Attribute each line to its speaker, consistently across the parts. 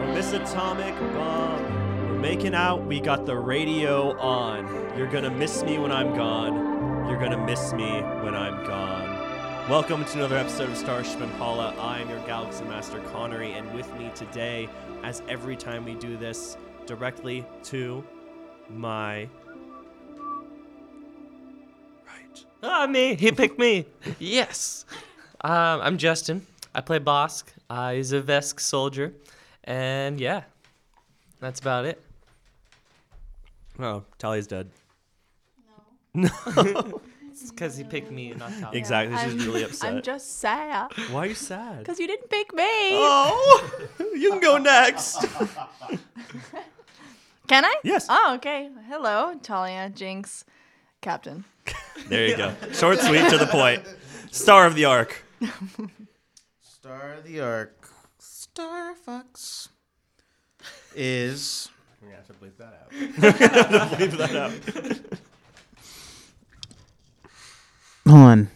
Speaker 1: atomic bomb. We're making out. We got the radio on. You're gonna miss me when I'm gone. You're gonna miss me when I'm gone. Welcome to another episode of Starship Impala. I am your Galaxy Master Connery, and with me today, as every time we do this, directly to my right.
Speaker 2: Ah, me. He picked me. yes. Um, I'm Justin. I play Bosk. Uh, he's a Vesk soldier. And yeah, that's about it.
Speaker 1: Oh, Tali's dead.
Speaker 3: No.
Speaker 2: It's because he picked me, not Talia.
Speaker 1: Exactly. She's
Speaker 3: I'm-
Speaker 1: really upset.
Speaker 3: I'm just sad
Speaker 1: Why are you sad?
Speaker 3: because you didn't pick me.
Speaker 1: Oh, you can go next.
Speaker 3: Can I?
Speaker 1: Yes.
Speaker 3: Oh, okay. Hello, Talia, Jinx, Captain.
Speaker 1: There you go. Short, sweet, to the point. Star of the arc.
Speaker 4: Star of the Arc, Star Fox, is. We're gonna have to bleep that out.
Speaker 1: Leave that up.
Speaker 4: Hold on.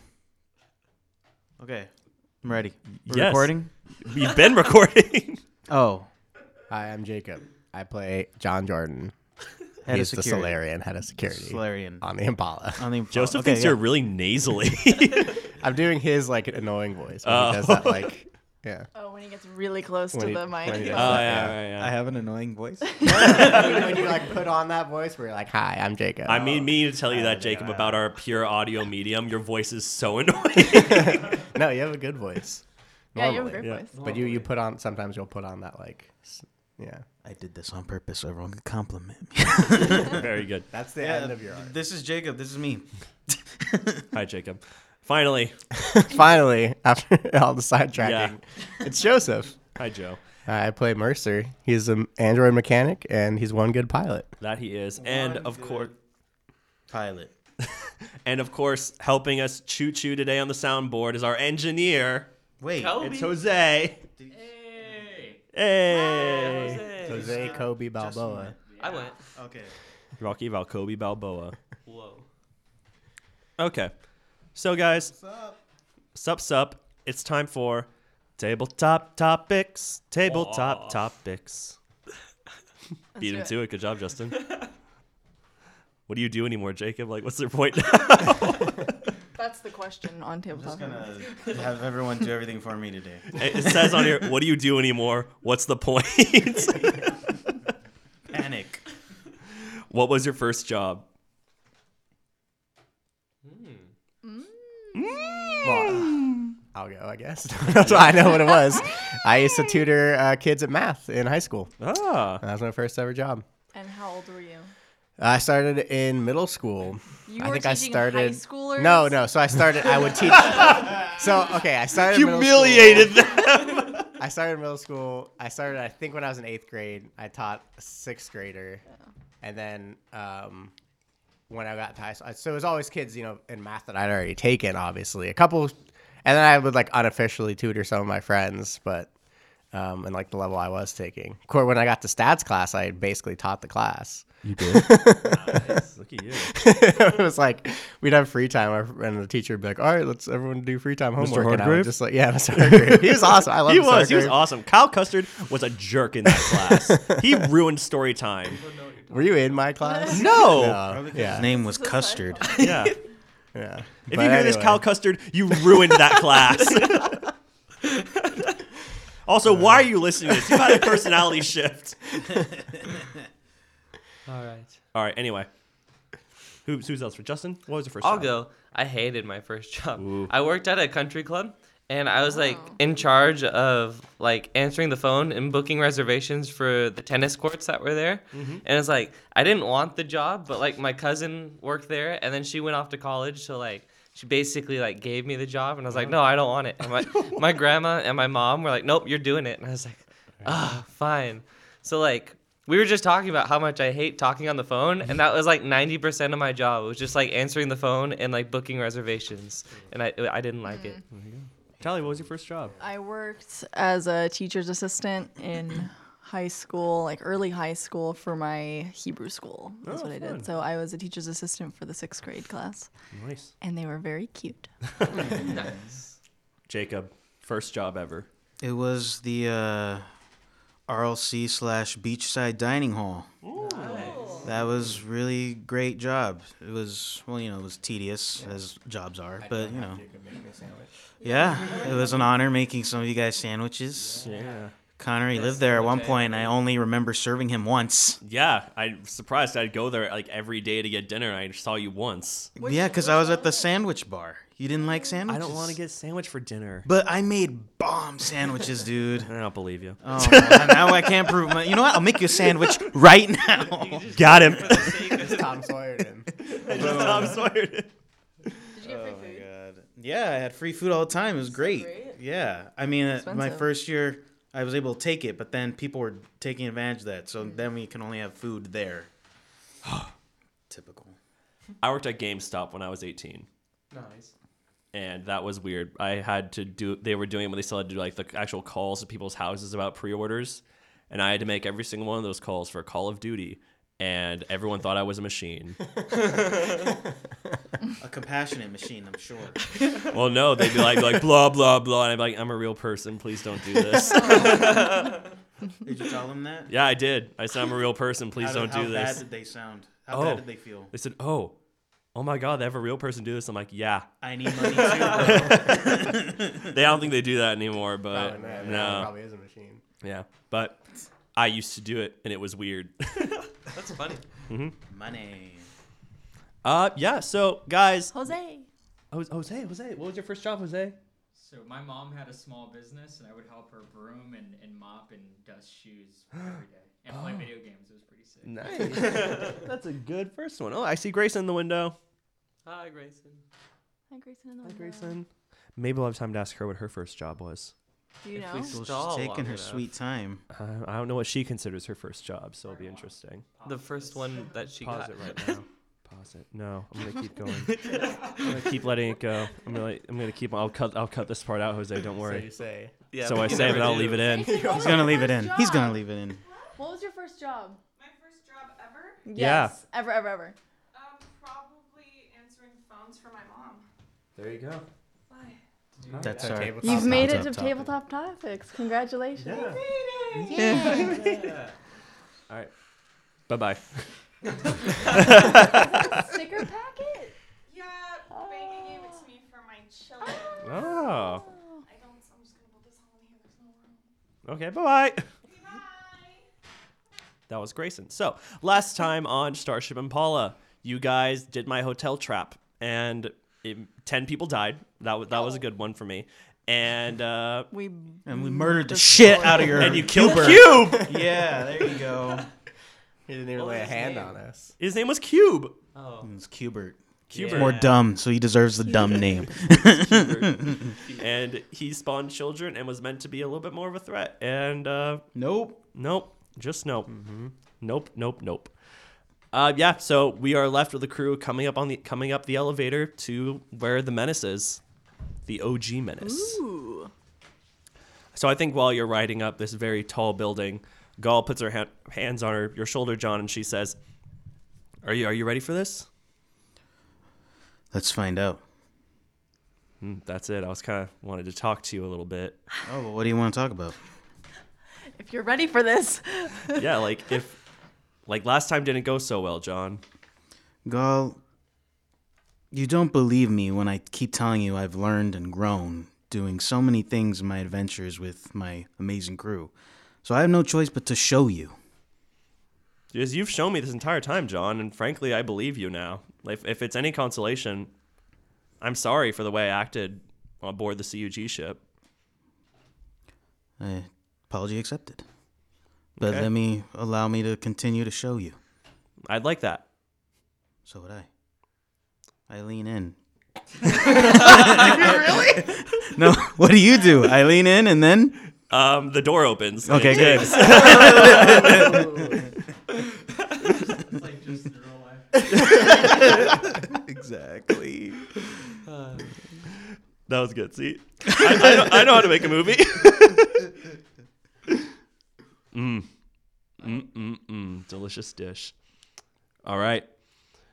Speaker 4: Okay, I'm ready. We're
Speaker 1: Yes.
Speaker 4: Recording.
Speaker 1: We've been recording.
Speaker 4: Oh,
Speaker 5: Hi, I'm Jacob. I play John Jordan.
Speaker 4: head
Speaker 5: He's
Speaker 4: of
Speaker 5: the
Speaker 4: security.
Speaker 5: Solarian head of security
Speaker 4: Solarian.
Speaker 5: on the Impala.
Speaker 4: On the
Speaker 1: Joseph
Speaker 4: okay,
Speaker 1: thinks you're really nasally.
Speaker 5: I'm doing his like annoying voice. When
Speaker 1: Oh.
Speaker 5: he does that like yeah.
Speaker 3: Oh, when he gets really close
Speaker 5: When
Speaker 3: to
Speaker 5: he-
Speaker 3: the
Speaker 5: when he
Speaker 3: mic.
Speaker 5: does
Speaker 3: Oh.
Speaker 5: that,
Speaker 1: yeah.
Speaker 4: I have an annoying voice.
Speaker 5: when you like put on that voice where you're like, "Hi, I'm Jacob."
Speaker 1: I mean, me to tell you that, Jacob, about our pure audio medium. Your voice is so annoying.
Speaker 5: no, you have a good voice.
Speaker 3: Yeah, you have a
Speaker 5: normally.
Speaker 3: great
Speaker 1: yeah.
Speaker 3: voice.
Speaker 5: But you you put on sometimes you'll put on that like s- yeah.
Speaker 4: I did this on purpose so everyone could compliment me.
Speaker 1: Very good.
Speaker 5: That's the end of your arc.
Speaker 4: this is Jacob. This is me.
Speaker 1: Hi, Jacob. Finally.
Speaker 5: Finally, after all the sidetracking,
Speaker 1: Yeah.
Speaker 5: it's Joseph.
Speaker 1: Hi, Joe.
Speaker 5: I play Mercer. He's an android mechanic and he's one good pilot.
Speaker 1: That he is. And of course
Speaker 4: Pilot.
Speaker 1: and of course, helping us choo choo today on the soundboard is our engineer.
Speaker 4: Wait.
Speaker 1: It's Jose. Hey.
Speaker 5: Jose Kobe Balboa.
Speaker 2: I went.
Speaker 4: Okay.
Speaker 1: Rocky Valcobi Balboa.
Speaker 2: Whoa.
Speaker 1: Okay. So guys, sup sup, it's time for tabletop topics. Tabletop topics. Beat
Speaker 3: do
Speaker 1: him
Speaker 3: it.
Speaker 1: to it. Good job, Justin. what do you do anymore, Jacob? Like, what's their point?
Speaker 3: That's the question on tabletop.
Speaker 4: have everyone do everything for me today.
Speaker 1: it says on here, what do you do anymore? What's the point?
Speaker 4: Panic.
Speaker 1: what was your first job?
Speaker 5: Well, uh, I'll go, I guess. That's why I know what it was. I used to tutor uh, kids at math in high school.
Speaker 1: Ah.
Speaker 5: That was my first ever job.
Speaker 3: And how old were you?
Speaker 5: I started in middle school.
Speaker 3: You
Speaker 5: I
Speaker 3: were
Speaker 5: think I
Speaker 3: teaching high
Speaker 5: started.
Speaker 3: schoolers?
Speaker 5: No, no. So I started. I would teach. so okay, I started. middle school.
Speaker 1: Humiliated them.
Speaker 5: I started in middle school. I started. I think when I was in eighth grade, I taught a sixth grader, and then um, when I got to high school, so it was always kids, you know, in math that I'd already taken, obviously a couple, and then I would like unofficially tutor some of my friends, but um, and like the level I was taking. Of course, when I got to stats class, I basically taught the class.
Speaker 1: You did. nice. Look at you.
Speaker 5: it was like we'd have free time, and the teacher would be like, "All right, let's everyone do free time homework." And I
Speaker 1: Hargrave?
Speaker 5: would just like, yeah, Mr. Hargrave. He was awesome. I love
Speaker 1: He
Speaker 5: Mr.
Speaker 1: was. He was
Speaker 5: Hargrave.
Speaker 1: awesome. Kyle Custard was a jerk in that class. he ruined story time.
Speaker 5: Were you in my class?
Speaker 1: No.
Speaker 5: No.
Speaker 4: His
Speaker 5: Yeah.
Speaker 4: name was Custard.
Speaker 1: Yeah.
Speaker 5: yeah. If
Speaker 1: If you hear this, Kyle Custard, you ruined that class. also, why are you listening to this? You had a personality shift.
Speaker 2: All right.
Speaker 1: All right. Anyway, Who, who's else for Justin? What was your first?
Speaker 2: I'll
Speaker 1: job?
Speaker 2: go. I hated my first job.
Speaker 1: Ooh.
Speaker 2: I worked at a country club and I was like in charge of like answering the phone and booking reservations for the tennis courts that were there. And it's like I didn't want the job, but like my cousin worked there and then she went off to college, so like she basically like gave me the job and I was like, "No, I don't want it." And my my grandma and my mom were like, "Nope, you're doing it." And I was like, "Ah, fine." So like we were just talking about how much I hate talking on the phone, and that was like ninety percent of my job. It was just like answering the phone and like booking reservations, and I I didn't like it.
Speaker 1: Tally, what was your first job?
Speaker 3: I worked as a teacher's assistant in high school, like early high school, for my Hebrew school. That's
Speaker 1: Oh,
Speaker 3: what I
Speaker 1: fun.
Speaker 3: did. So I was a teacher's assistant for the sixth grade class,
Speaker 1: Nice.
Speaker 3: and they were very cute.
Speaker 1: Jacob, first job ever.
Speaker 4: It was the uh, RLC slash Beachside Dining Hall. That was really great job. It was well, you know, it was tedious as jobs are, but you know, yeah, it was an honor making some of you guys sandwiches.
Speaker 1: Yeah.
Speaker 4: Connor, he lived there at one point. I only remember serving him once.
Speaker 1: Yeah, I'm surprised. I'd go there like every day to get dinner. I saw you once.
Speaker 4: Yeah, 'cause yeah, because I was at the sandwich bar. You didn't like sandwiches.
Speaker 1: I don't want to get a sandwich for dinner.
Speaker 4: But I made bomb sandwiches, dude.
Speaker 1: I don't believe you.
Speaker 4: Oh, now I can't prove my. You know what? I'll make you a sandwich right now.
Speaker 1: Got him.
Speaker 5: Tom Sawyer him.
Speaker 1: Tom Sawyer.
Speaker 3: Did you
Speaker 1: Oh,
Speaker 3: get free food?
Speaker 4: Yeah, I had free food all the time. It was great.
Speaker 3: great.
Speaker 4: Yeah, I mean, uh, my
Speaker 3: Expensive.
Speaker 4: first year, I was able to take it, but then people were taking advantage of that. So then we can only have food there. Typical.
Speaker 1: I worked at GameStop when I was 18.
Speaker 2: Nice.
Speaker 1: and that was weird. I had to do. They were doing what they still had to do, like the actual calls to people's houses about pre-orders, and I had to make every single one of those calls for Call of Duty, and everyone thought I was a machine.
Speaker 4: A compassionate machine, I'm sure.
Speaker 1: well, no, they'd be like, like blah blah blah, and I'd be like, I'm a real person. Please don't do this.
Speaker 4: Did you tell them that?
Speaker 1: yeah, I did. I said I'm a real person. Please
Speaker 4: How
Speaker 1: don't
Speaker 4: did, how
Speaker 1: do
Speaker 4: bad
Speaker 1: this.
Speaker 4: did they sound? How
Speaker 1: Oh.
Speaker 4: bad did they feel?
Speaker 1: They said, oh. Oh my God! They have a real person do this. I'm like, yeah.
Speaker 4: I need money too. bro.
Speaker 1: They I don't think they do that anymore, but no,
Speaker 5: Probably is a machine.
Speaker 1: yeah. But I used to do it, and it was weird.
Speaker 2: That's funny.
Speaker 4: money.
Speaker 1: uh, yeah. So guys,
Speaker 3: Jose.
Speaker 1: Jose, Jose, Jose, what was your first job, Jose?
Speaker 6: So my mom had a small business, and I would help her broom and, and mop and dust shoes every day, and play video games. It was pretty sick.
Speaker 1: Nice. That's a good first one. Oh, I see Grayson in the window.
Speaker 2: Hi, Grayson.
Speaker 3: Hi, Grayson.
Speaker 1: Hi, Grayson. Maybe we'll have time to ask her what her first job was.
Speaker 3: Do you
Speaker 2: If we
Speaker 3: know?
Speaker 2: stall
Speaker 4: Well, she's
Speaker 2: long
Speaker 4: taking her
Speaker 2: enough.
Speaker 4: sweet time.
Speaker 1: Uh, I don't know what she considers her first job, so it'll be interesting.
Speaker 2: The first one that she
Speaker 1: Pause
Speaker 2: got.
Speaker 1: it right now. Pause it. No, I'm gonna keep going. I'm gonna keep letting it go. I'm gonna. I'm gonna keep. I'll cut. I'll cut this part out, Jose. Don't
Speaker 5: So you
Speaker 1: worry.
Speaker 5: say.
Speaker 2: Yeah,
Speaker 1: So
Speaker 2: but
Speaker 1: I
Speaker 2: you
Speaker 1: say it,
Speaker 2: never
Speaker 1: but I'll
Speaker 2: do.
Speaker 1: leave it in.
Speaker 4: He's gonna leave it in. He's gonna leave it in.
Speaker 3: What was your first job?
Speaker 7: My first job ever?
Speaker 1: Yeah.
Speaker 3: Yes. Ever, ever, ever.
Speaker 7: Um, probably answering phones for my mom.
Speaker 1: There you go.
Speaker 7: Why?
Speaker 4: That's
Speaker 5: Our
Speaker 4: our.
Speaker 5: tabletop
Speaker 3: You've made it
Speaker 4: Top
Speaker 3: to
Speaker 4: topic.
Speaker 3: Tabletop Topics. Congratulations.
Speaker 1: All right. Bye bye.
Speaker 3: Sticker packet?
Speaker 7: Yeah, Megan gave it to me for my children.
Speaker 1: Oh.
Speaker 7: I don't, I'm just gonna put this all in here. There's no room.
Speaker 1: Okay. Bye bye.
Speaker 7: Okay, bye.
Speaker 1: That was Grayson. So last time on Starship Impala, you guys did my hotel trap, and it, ten people died. That was that was a good one for me. And uh,
Speaker 3: We
Speaker 4: And we murdered the shit out of your.
Speaker 1: and you killed
Speaker 4: Uber.
Speaker 1: Cube.
Speaker 4: Yeah, there you go.
Speaker 5: He didn't even
Speaker 2: What
Speaker 5: lay a
Speaker 2: was his
Speaker 5: hand
Speaker 2: name?
Speaker 5: on us.
Speaker 1: His name was Cube.
Speaker 2: Oh.
Speaker 4: It's Cubert.
Speaker 1: Cubert.
Speaker 2: Yeah.
Speaker 4: More dumb, so he deserves the dumb name.
Speaker 1: and he spawned children and was meant to be a little bit more of a threat. And uh,
Speaker 4: nope.
Speaker 1: nope, just nope, nope, nope, nope. Uh, yeah. So we are left with the crew coming up on the coming up the elevator to where the menace is, the OG menace.
Speaker 3: Ooh.
Speaker 1: So I think while you're riding up this very tall building, Gall puts her hand, hands on her your shoulder, John, and she says, "Are you are you ready for this?"
Speaker 4: Let's find out.
Speaker 1: Mm, that's it. I was kind of wanted to talk to you a little bit.
Speaker 4: Oh, well, what do you want to talk about?
Speaker 3: If you're ready for this,
Speaker 1: yeah, like if like last time didn't go so well, John.
Speaker 4: Gall, you don't believe me when I keep telling you I've learned and grown doing so many things in my adventures with my amazing crew. So I have no choice but to show you.
Speaker 1: Because you've shown me this entire time, John, and frankly, I believe you now. Like if it's any consolation, I'm sorry for the way I acted on board the CUG ship.
Speaker 4: I, apology accepted. But
Speaker 1: Okay.
Speaker 4: let me allow me to continue to show you.
Speaker 1: I'd like that.
Speaker 4: So would I. I lean in. really? no. What do you do? I lean in and then.
Speaker 1: Um, the door opens. and
Speaker 4: Okay, good.
Speaker 1: James-
Speaker 6: It's like just in real life.
Speaker 4: Exactly.
Speaker 1: That was good. See, I, I, know, I know how to make a movie. mm. Mm, mm, mm. Delicious dish. All right.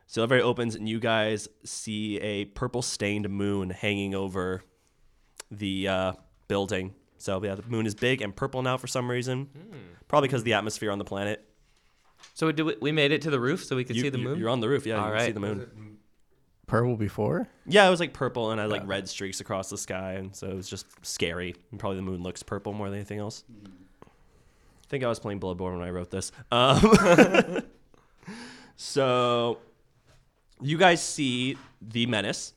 Speaker 1: So the very opens, and you guys see a purple stained moon hanging over the uh, building. So yeah, the moon is big and purple now for some reason.
Speaker 2: Hmm.
Speaker 1: Probably because of the atmosphere on the planet.
Speaker 2: So we, do, we made it to the roof so we could
Speaker 1: You-
Speaker 2: see the
Speaker 1: you-
Speaker 2: moon.
Speaker 1: You're on the roof. Yeah,
Speaker 2: All
Speaker 1: you can see
Speaker 2: right.
Speaker 1: the moon.
Speaker 5: Purple before?
Speaker 1: Yeah, it was like purple and I had, like red streaks across the sky, and so it was just scary. And probably the moon looks purple more than anything else. I think I was playing Bloodborne when I wrote this. Um, so you guys see the menace,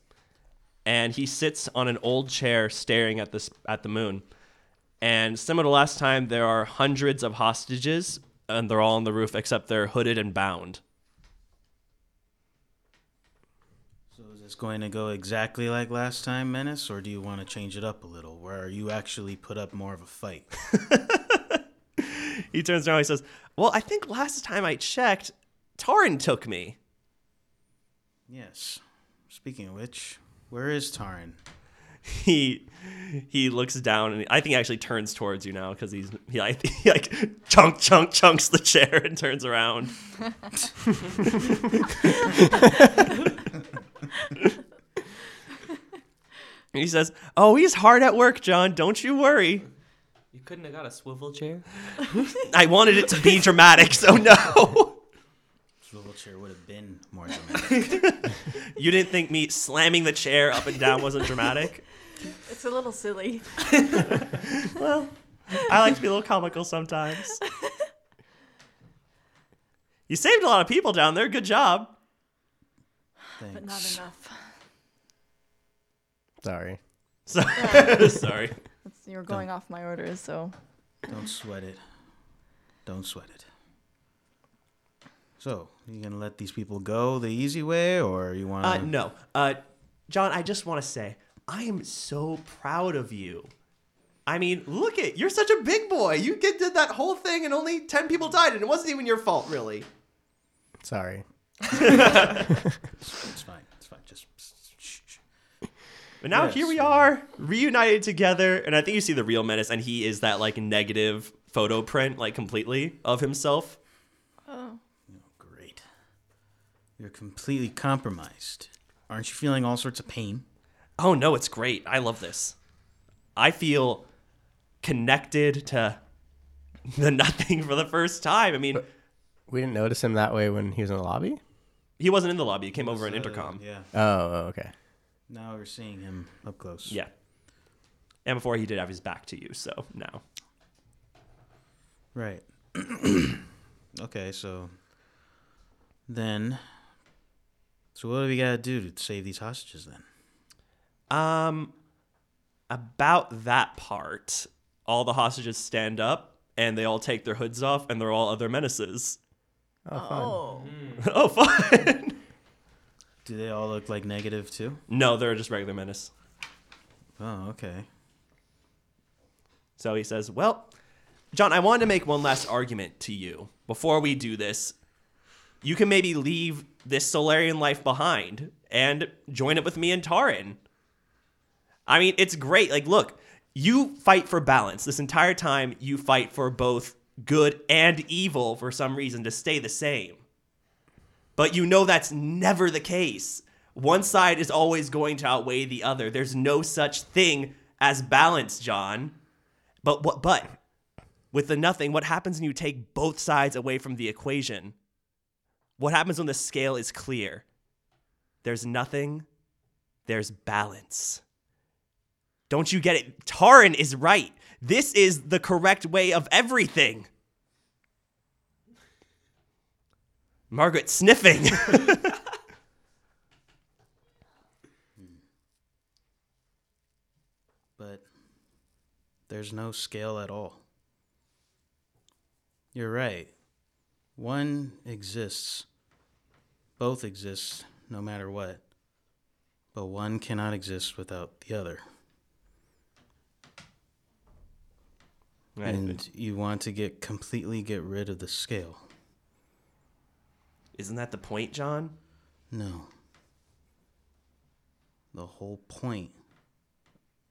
Speaker 1: and he sits on an old chair staring at this at the moon. And similar to last time, there are hundreds of hostages, and they're all on the roof except they're hooded and bound.
Speaker 4: So is this going to go exactly like last time, Menace, or do you want to change it up a little, where you actually put up more of a fight?
Speaker 1: He turns around and he says, Well, I think last time I checked, Taran took me.
Speaker 4: yes. Speaking of which, where is Taran?
Speaker 1: He he looks down and I think he actually turns towards you now because he's he like, he like chunk chunk chunks the chair and turns around. he says, Oh, he's hard at work, John. Don't you worry.
Speaker 2: You couldn't have got a swivel chair.
Speaker 1: I wanted it to be dramatic, so no.
Speaker 4: Swivel chair would have been more dramatic.
Speaker 1: you didn't think me slamming the chair up and down wasn't dramatic?
Speaker 3: It's a little silly.
Speaker 1: well, I like to be a little comical sometimes. You saved a lot of people down there. Good job.
Speaker 4: Thanks.
Speaker 3: But not enough.
Speaker 5: Sorry.
Speaker 1: So, sorry.
Speaker 3: That's- You were going off my orders, so
Speaker 4: Don't sweat it. Don't sweat it. So, you gonna let these people go the easy way, or you want
Speaker 1: Uh, no. Uh, John, I just want to say, I am so proud of you. I mean, look at you're such a big boy. You get, did that whole thing, and only ten people died, and it wasn't even your fault, really.
Speaker 5: Sorry.
Speaker 4: It's fine. It's fine. Just shh, shh.
Speaker 1: But now
Speaker 4: Yes.
Speaker 1: here we are, reunited together, and I think you see the real menace, and he is that like negative photo print, like completely of himself.
Speaker 4: Great. You're completely compromised. Aren't you feeling all sorts of pain?
Speaker 1: Oh no, it's great. I love this. I feel connected to the nothing for the first time. I mean,
Speaker 5: We didn't notice him that way when he was in the lobby?
Speaker 1: he wasn't in the lobby. He came over an intercom.
Speaker 4: Yeah.
Speaker 5: Oh, okay.
Speaker 4: Now we're seeing him up close.
Speaker 1: Yeah. And before he did have his back to you, so now.
Speaker 4: Right. okay, so then so what do we gotta do to save these hostages then?
Speaker 1: Um about that part, all the hostages stand up and they all take their hoods off and they're all other menaces.
Speaker 3: oh,
Speaker 1: oh fun.
Speaker 4: Do they all look like negative too?
Speaker 1: no, they're just regular menace.
Speaker 4: Oh, okay.
Speaker 1: So he says, Well, John, I wanted to make one last argument to you before we do this. You can maybe leave this Solarian life behind and join it with me and Taran. I mean, it's great. Like, look, you fight for balance. This entire time, you fight for both good and evil for some reason to stay the same. But you know that's never the case. One side is always going to outweigh the other. There's no such thing as balance, John. But what but with the nothing, what happens when you take both sides away from the equation? What happens when the scale is clear? There's nothing, there's balance. Don't you get it? Taran is right. This is the correct way of everything. Margaret sniffing.
Speaker 4: But there's no scale at all. You're right. One exists. Both exist no matter what. But one cannot exist without the other. And you want to get completely get rid of the scale.
Speaker 1: Isn't that the point, John?
Speaker 4: No. The whole point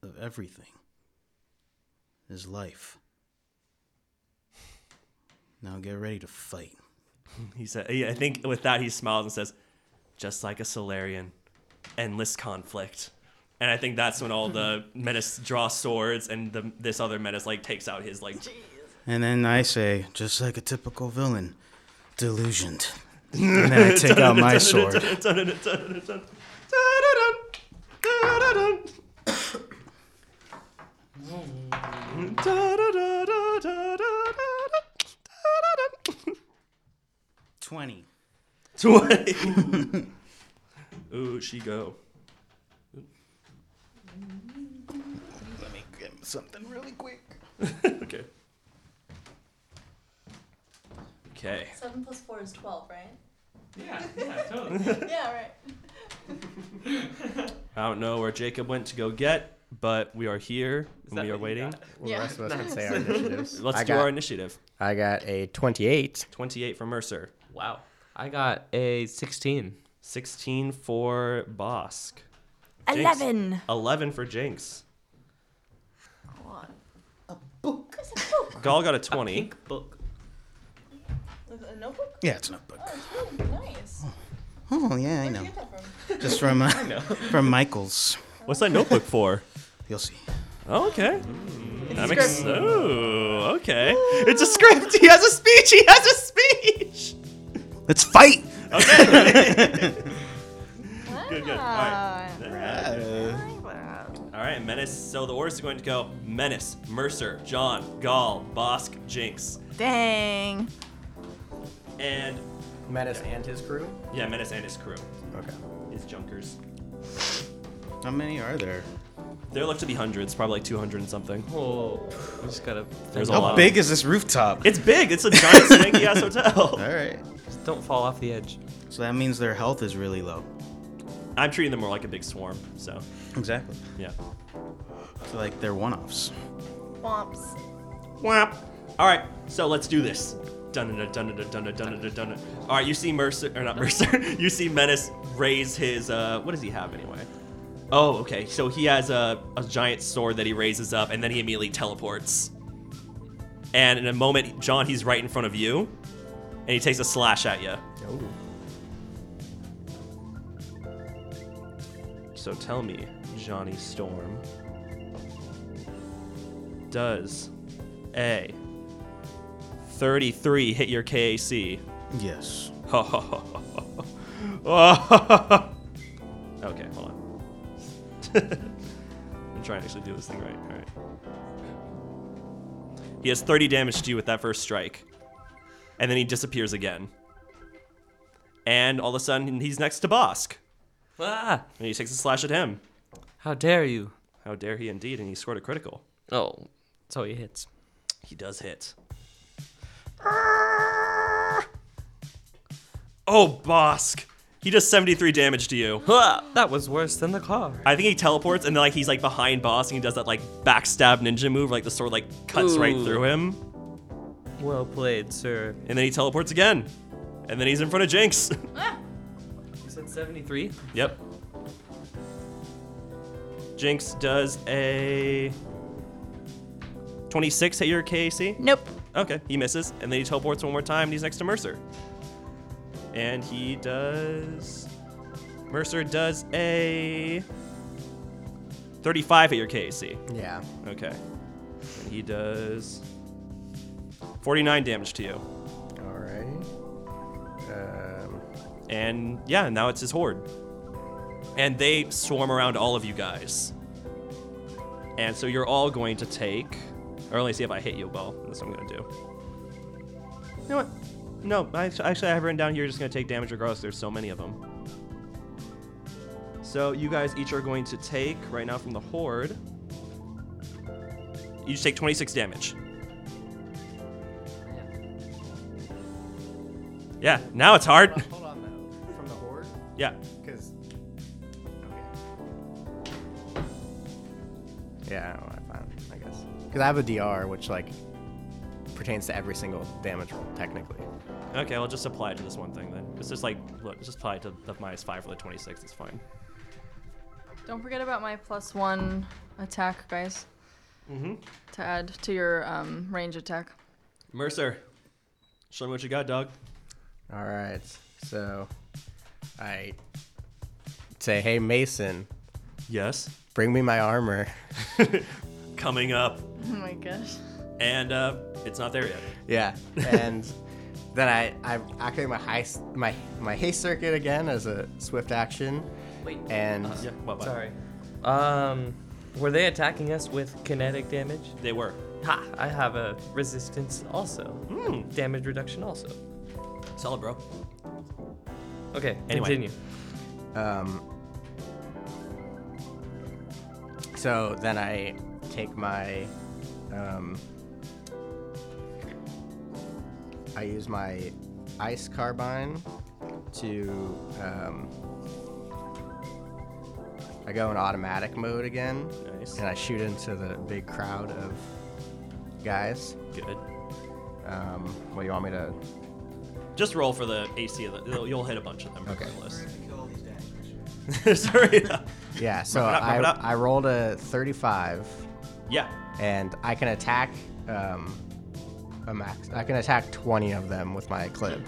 Speaker 4: of everything is life. Now get ready to fight.
Speaker 1: He said, yeah, I think with that he smiles and says, just like a Solarian, endless conflict. And I think that's when all the menace draw swords, and the, this other menace like takes out his like
Speaker 4: And then I say, just like a typical villain, delusioned. And then I take out my sword. Twenty.
Speaker 1: 20. Ooh, she go.
Speaker 4: Let me give him something really quick.
Speaker 1: Okay. Okay.
Speaker 3: Seven plus four is twelve, right?
Speaker 6: Yeah, yeah, totally.
Speaker 3: yeah, right.
Speaker 1: I don't know where Jacob went to go get, but we are here and
Speaker 2: that
Speaker 1: we are
Speaker 2: what you
Speaker 1: waiting.
Speaker 5: Well,
Speaker 3: Yeah.
Speaker 5: The rest of us can say our initiatives.
Speaker 1: Let's
Speaker 5: I
Speaker 1: do
Speaker 5: got,
Speaker 1: our initiative.
Speaker 5: I got a 28.
Speaker 1: 28 for Mercer,
Speaker 2: Wow. I got a 16.
Speaker 1: 16 for Bosk, Jinx.
Speaker 3: Eleven.
Speaker 1: 11 for Jinx.
Speaker 3: What?
Speaker 1: Gal got a 20.
Speaker 2: Pink book.
Speaker 3: A notebook?
Speaker 4: Yeah, it's a notebook.
Speaker 3: Oh, it's really nice.
Speaker 4: Oh yeah, I
Speaker 3: Where'd
Speaker 4: know.
Speaker 3: you get that from?
Speaker 4: Just from uh, from Michaels.
Speaker 1: What's that notebook for?
Speaker 4: You'll see.
Speaker 1: Oh, okay. That
Speaker 3: a
Speaker 1: makes
Speaker 3: script.
Speaker 1: Ooh, okay. It's a script. He has a speech. He has a speech.
Speaker 4: Let's fight.
Speaker 1: Good, good. All
Speaker 3: Ah,
Speaker 1: right.
Speaker 4: Uh,
Speaker 1: All right, Menace. So the orders are going to go Menace, Mercer, John, Gall, Bosk, Jinx.
Speaker 3: Dang.
Speaker 1: And
Speaker 5: Menace and his crew.
Speaker 1: yeah, Menace and his crew,
Speaker 5: Okay.
Speaker 1: his junkers.
Speaker 4: How many are there?
Speaker 1: There look to be hundreds, probably like 200 and something.
Speaker 2: Oh, we just gotta.
Speaker 1: There's a
Speaker 4: How
Speaker 1: lot.
Speaker 4: big is this rooftop?
Speaker 1: It's big. It's a giant swanky ass hotel.
Speaker 4: All right.
Speaker 2: Just don't fall off the edge.
Speaker 4: So that means their health is really low.
Speaker 1: I'm treating them more like a big swarm. So
Speaker 4: Exactly.
Speaker 1: yeah.
Speaker 4: So like they're one-offs.
Speaker 3: Womps.
Speaker 1: Whap. All right, so let's do this. Dun dun dun dun dun dun dun dun dun. All right, you see Mercer or not Mercer? You see Menace raise his uh, what does he have anyway? Oh, okay. So he has a, a giant sword that he raises up, and then he immediately teleports. And in a moment, John, he's right in front of you, and he takes a slash at you.
Speaker 5: Oh.
Speaker 1: So tell me, Johnny Storm, does a 33 hit your KAC?
Speaker 4: Yes.
Speaker 1: okay, hold on. I'm trying to actually do this thing right. All right. He has 30 damage to you with that first strike. And then he disappears again. And all of a sudden, he's next to Bosk.
Speaker 2: Ah!
Speaker 1: And he takes a slash at him.
Speaker 2: How dare you?
Speaker 1: How dare he indeed, and he scored a critical.
Speaker 2: Oh, so he hits.
Speaker 1: He does hit. Oh, Bosk. He does 73 damage to you.
Speaker 2: Ah, that was worse than the car.
Speaker 1: I think he teleports and then like he's like behind Bosk and he does that like backstab ninja move, like the sword like cuts right
Speaker 2: Ooh.
Speaker 1: through him.
Speaker 2: Well played, sir.
Speaker 1: And then he teleports again. And then he's in front of Jinx.
Speaker 3: Ah!
Speaker 2: You said 73?
Speaker 1: yep. Jinx does a 26 hit your KAC.
Speaker 3: Nope.
Speaker 1: Okay, he misses, and then he teleports one more time, and he's next to Mercer. And he does. Mercer does a 35 at your KAC.
Speaker 5: Yeah.
Speaker 1: Okay. And he does 49 damage to you.
Speaker 5: All right. Um,
Speaker 1: And yeah, now it's his horde. And they swarm around all of you guys. And so you're all going to take. Or let me see if I hit you, Ball. That's what I'm going to do. You know what? No, I, actually, I have written down here you're just going to take damage regardless. There's so many of them. So you guys each are going to take, right now from the horde, you just take 26 damage. Yeah, now it's hard.
Speaker 5: hold on though. From the horde,
Speaker 1: Yeah.
Speaker 5: because. Yeah, I don't know. I found. I guess because I have a DR, which like pertains to every single damage roll technically.
Speaker 1: Okay, I'll just apply it to this one thing then. It's just like, look, just apply it to the minus five for the 26. It's fine.
Speaker 3: Don't forget about my plus one attack, guys. Mm-hmm. To add to your um, range attack.
Speaker 1: Mercer, show me what you got, dog.
Speaker 5: All right. So I say, hey Mason,
Speaker 1: Yes.
Speaker 5: Bring me my armor.
Speaker 1: coming up,
Speaker 3: Oh my gosh.
Speaker 1: and uh, it's not there yet.
Speaker 5: Yeah, and then I I activate my high my my haste circuit again as a swift action,
Speaker 2: Wait.
Speaker 5: and
Speaker 1: Yeah, what, what?
Speaker 2: Sorry. Um, were they attacking us with kinetic damage?
Speaker 1: They were.
Speaker 2: Ha! Hmm. I have a resistance also.
Speaker 1: Mm.
Speaker 2: Damage reduction also.
Speaker 1: Solid, bro.
Speaker 2: Okay,
Speaker 1: Anyway.
Speaker 2: continue.
Speaker 5: um. So then I take my um. I use my ice carbine to um. I go in automatic mode again,
Speaker 1: Nice.
Speaker 5: and I shoot into the big crowd of guys.
Speaker 1: Good.
Speaker 5: Um, what you want me to?
Speaker 1: Just roll for the AC. Of the, you'll- you'll hit a bunch of them
Speaker 5: Okay.
Speaker 1: regardless. Sorry. Yeah.
Speaker 5: Yeah, so
Speaker 1: Wrap it up, wrap
Speaker 5: I,
Speaker 1: it up.
Speaker 5: I rolled a 35,
Speaker 1: yeah.
Speaker 5: and I can attack um, a max. I can attack 20 of them with my clip.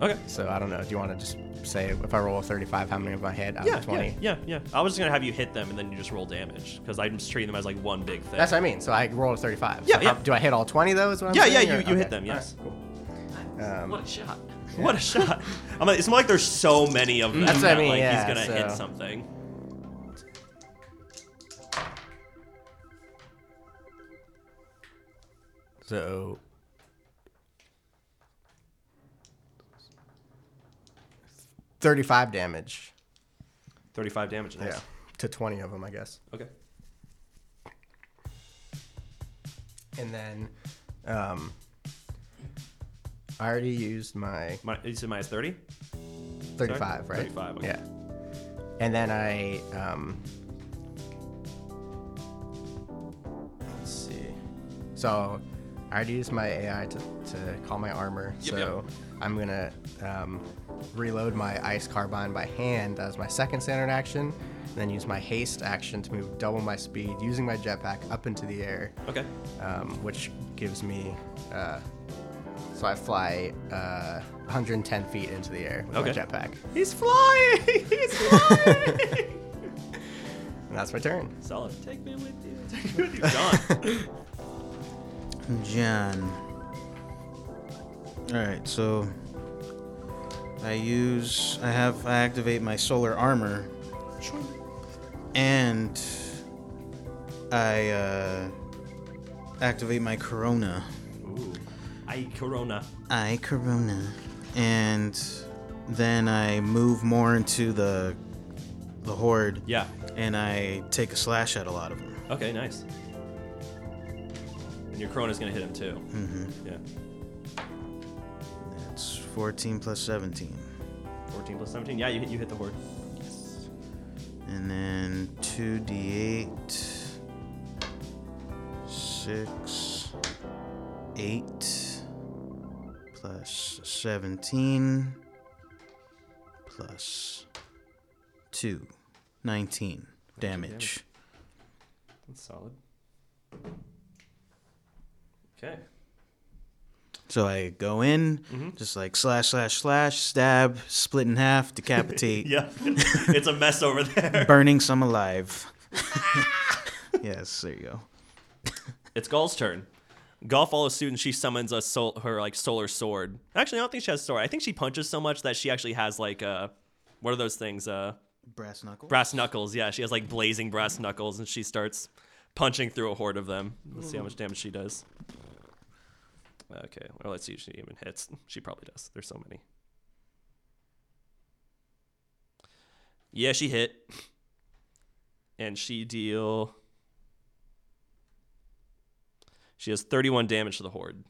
Speaker 1: Okay.
Speaker 5: So I don't know. Do you want to just say if I roll a 35, how many of my hit out
Speaker 1: Yeah,
Speaker 5: of 20?
Speaker 1: yeah, yeah, yeah. I was just gonna have you hit them and then you just roll damage because I'm just treating them as like one big thing.
Speaker 5: That's what I mean. So I rolled a 35.
Speaker 1: Yeah,
Speaker 5: So
Speaker 1: yeah.
Speaker 5: how- Do I hit all 20 though? Is what I'm
Speaker 1: yeah, yeah.
Speaker 5: saying,
Speaker 1: You,
Speaker 5: or-
Speaker 1: you hit
Speaker 5: okay.
Speaker 1: them. Yes.
Speaker 5: Um,
Speaker 2: a shot.
Speaker 1: What a shot! I'm like, it's more like there's so many of them
Speaker 5: Mm. That's what I
Speaker 1: that
Speaker 5: mean,
Speaker 1: like
Speaker 5: yeah,
Speaker 1: he's gonna hit
Speaker 5: so-
Speaker 1: something.
Speaker 5: So. 35 damage.
Speaker 1: 35 damage. Nice.
Speaker 5: Yeah. To 20 of them, I guess.
Speaker 1: Okay.
Speaker 5: And then um, I already used my
Speaker 1: My, you said minus 30.
Speaker 5: 35,
Speaker 1: Sorry?
Speaker 5: right?
Speaker 1: 35, okay.
Speaker 5: Yeah. And then I. Um, let's see. So I already used my AI to, to call my armor.
Speaker 1: Yep,
Speaker 5: so I'm going to um, reload my ice carbine by hand as my second standard action. And then use my haste action to move double my speed using my jetpack up into the air
Speaker 1: Okay.
Speaker 5: um, which gives me. Uh, so I fly uh, 110 feet into the air with
Speaker 1: Okay.
Speaker 5: my jetpack.
Speaker 1: He's flying. He's flying.
Speaker 5: And that's my turn.
Speaker 1: Solid. Take me with you. Take me with you, John.
Speaker 4: John. All right, so I use I have I activate my solar armor. And I uh, activate my corona.
Speaker 1: Ooh. I Corona.
Speaker 4: I corona. And then I move more into the the horde
Speaker 1: Yeah.
Speaker 4: and I take a slash at a lot of them.
Speaker 1: Okay. Nice. And your Corona's gonna hit him too. Mm-hmm. Yeah.
Speaker 4: That's 14 plus 17.
Speaker 1: 14 plus 17. Yeah, you hit. You hit the horde.
Speaker 4: And then 2d8, 6, 8, plus 17, plus 2, 19 damage.
Speaker 1: That's solid. Okay.
Speaker 4: So I go in, just like slash, slash, slash, stab, split in half, decapitate,
Speaker 1: Yeah. it's a mess over there.
Speaker 4: burning some alive. yes, there you go.
Speaker 1: It's Gaul's turn. Gaul follows suit and she summons a sol- her like solar sword. Actually, I don't think she has a sword. I think she punches so much that she actually has like uh, what are those things? Uh,
Speaker 4: Brass knuckle.
Speaker 1: brass knuckles. Yeah, she has like blazing brass knuckles and she starts punching through a horde of them. Let's see how much damage she does. Okay, well let's see if she even hits. She probably does. There's so many. Yeah, she hit. And she deal She has 31 damage to the horde.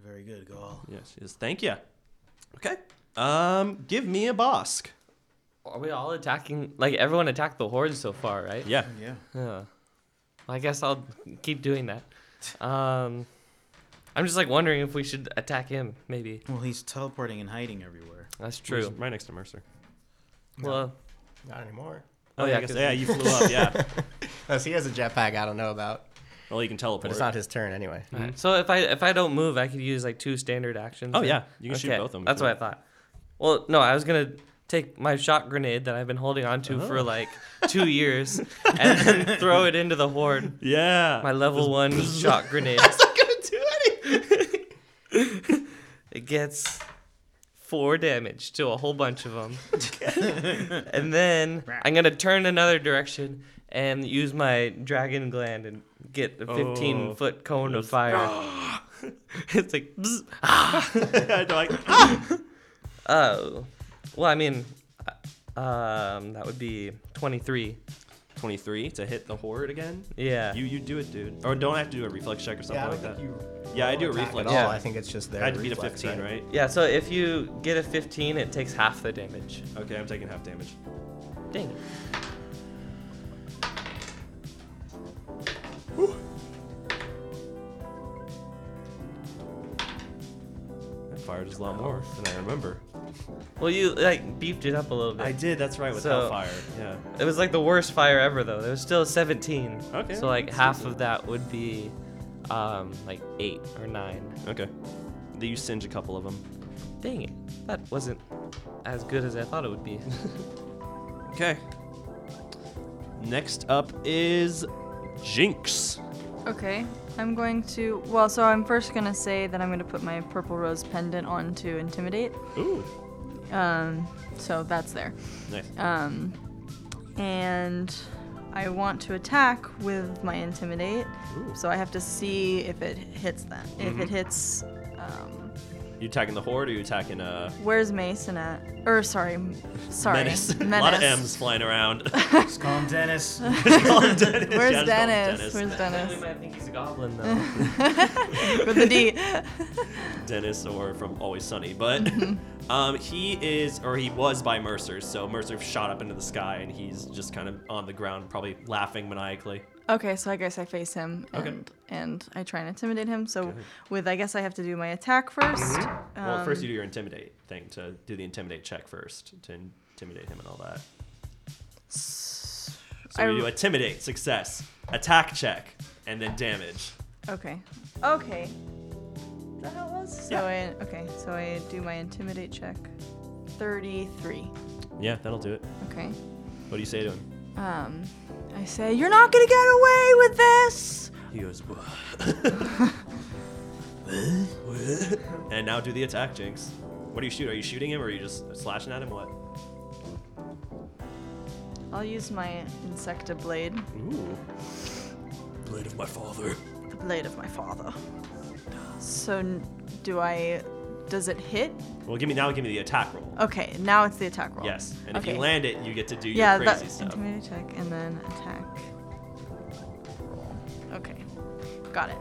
Speaker 4: Very good, Gaul.
Speaker 1: Yeah, she is. Thank you. Okay. Um give me a bosk.
Speaker 2: Are we all attacking? Like everyone attacked the horde so far, right?
Speaker 1: Yeah.
Speaker 4: Yeah.
Speaker 2: Yeah. I guess I'll keep doing that. Um, I'm just like wondering if we should attack him. Maybe
Speaker 4: Well, he's teleporting and hiding everywhere.
Speaker 2: that's true.
Speaker 1: Right next to Mercer.
Speaker 2: Well,
Speaker 5: Not anymore.
Speaker 1: Oh,
Speaker 2: yeah,
Speaker 1: yeah, I guess,
Speaker 2: 'cause-
Speaker 1: yeah, you flew up, yeah.
Speaker 5: Unless he has a jetpack I don't know about,
Speaker 1: Well, you can teleport.
Speaker 5: but it's not his turn anyway.
Speaker 2: alright. so if I if I don't move, I could use like two standard actions.
Speaker 1: Mm-hmm. Oh,
Speaker 2: then?
Speaker 1: yeah. You can shoot both of 'em if
Speaker 2: That's
Speaker 1: you
Speaker 2: what I
Speaker 1: want.
Speaker 2: thought. Well, no, I was gonna take my shot grenade that I've been holding on to
Speaker 1: Oh.
Speaker 2: for like two years and then throw it into the horde.
Speaker 1: Yeah.
Speaker 2: My level one shot grenade. It gets four damage to a whole bunch of them. and then I'm going to turn another direction and use my dragon gland and get a 15
Speaker 1: Oh.
Speaker 2: foot cone of fire. it's like, bzz.
Speaker 1: I'd like, ah!
Speaker 2: oh. Well, I mean, uh, um, that would be 23.
Speaker 1: 23 to hit the horde again.
Speaker 2: Yeah.
Speaker 1: You you do it, dude. Or don't I have to do a reflex check or something like that. yeah, I do a reflex.
Speaker 5: At all.
Speaker 2: Yeah.
Speaker 5: I think it's just there.
Speaker 1: I would beat a 15, right?
Speaker 2: yeah, so if you get a 15, it takes half the damage.
Speaker 1: Okay, I'm taking half damage.
Speaker 2: Dang. it.
Speaker 1: I fired just a lot more than I remember.
Speaker 2: Well, you like beefed it up a little bit.
Speaker 1: I did. That's right with
Speaker 2: So-
Speaker 1: Hellfire. Yeah.
Speaker 2: It was like the worst fire ever, though. There was still 17.
Speaker 1: Okay,
Speaker 2: So like
Speaker 1: that's
Speaker 2: half of that would be, um, like eight or nine.
Speaker 1: Okay. Then You singe a couple of them.
Speaker 2: Dang it, that wasn't as good as I thought it would be.
Speaker 1: Okay. Next up is Jinx.
Speaker 3: Okay. I'm going to. Well, so I'm first going to say that I'm going to put my purple rose pendant on to intimidate.
Speaker 1: Ooh.
Speaker 3: Um, so that's there.
Speaker 1: Nice.
Speaker 3: Um, and I want to attack with my intimidate. So I have to see if it hits that. If it hits. Um,
Speaker 1: You attacking the horde or you attacking uh
Speaker 3: where's Mason at? Or sorry, m- sorry,
Speaker 1: Menace? a lot of M's flying around.
Speaker 4: Just call him Dennis.
Speaker 1: Call him Dennis.
Speaker 3: Where's
Speaker 1: Yeah, just call him
Speaker 3: Dennis? Where's
Speaker 2: Totally
Speaker 3: Dennis?
Speaker 2: might think he's a goblin though.
Speaker 3: with the D.
Speaker 1: Dennis or from Always Sunny, but
Speaker 3: Mm-hmm.
Speaker 1: um, he is or he was by Mercer. So Mercer shot up into the sky and he's just kind of on the ground, probably laughing maniacally.
Speaker 3: Okay, so I guess I face him and
Speaker 1: Okay.
Speaker 3: and I try and intimidate him. So with I guess I have to do my attack Um, 1st
Speaker 1: Mm-hmm. well, first you do your intimidate thing to do the intimidate check first to intimidate him and all that. So
Speaker 3: I-
Speaker 1: you do intimidate, success, attack check, and then damage.
Speaker 3: Okay. Okay. Is that how it was? So
Speaker 1: Yeah.
Speaker 3: I okay, so I do my intimidate check. Thirty-three.
Speaker 1: Yeah, that'll do it.
Speaker 3: Okay.
Speaker 1: What do you say to him?
Speaker 3: Um, I say you're not gonna get away with this.
Speaker 1: He goes, "What?" What? and now do the attack, Jinx. What do you shoot? Are you shooting him or are you just slashing at him? What?
Speaker 3: I'll use my insecta blade,
Speaker 1: Ooh. Blade of my father.
Speaker 3: the blade of my father. So n- do I? Does it hit?
Speaker 1: Well, give me now. Give me the attack roll.
Speaker 3: Okay, now it's the attack roll.
Speaker 1: Yes, and
Speaker 3: okay.
Speaker 1: if you land it, you get to do
Speaker 3: yeah,
Speaker 1: your crazy
Speaker 3: that
Speaker 1: stuff.
Speaker 3: intimidate check and then attack. roll. Okay, got it.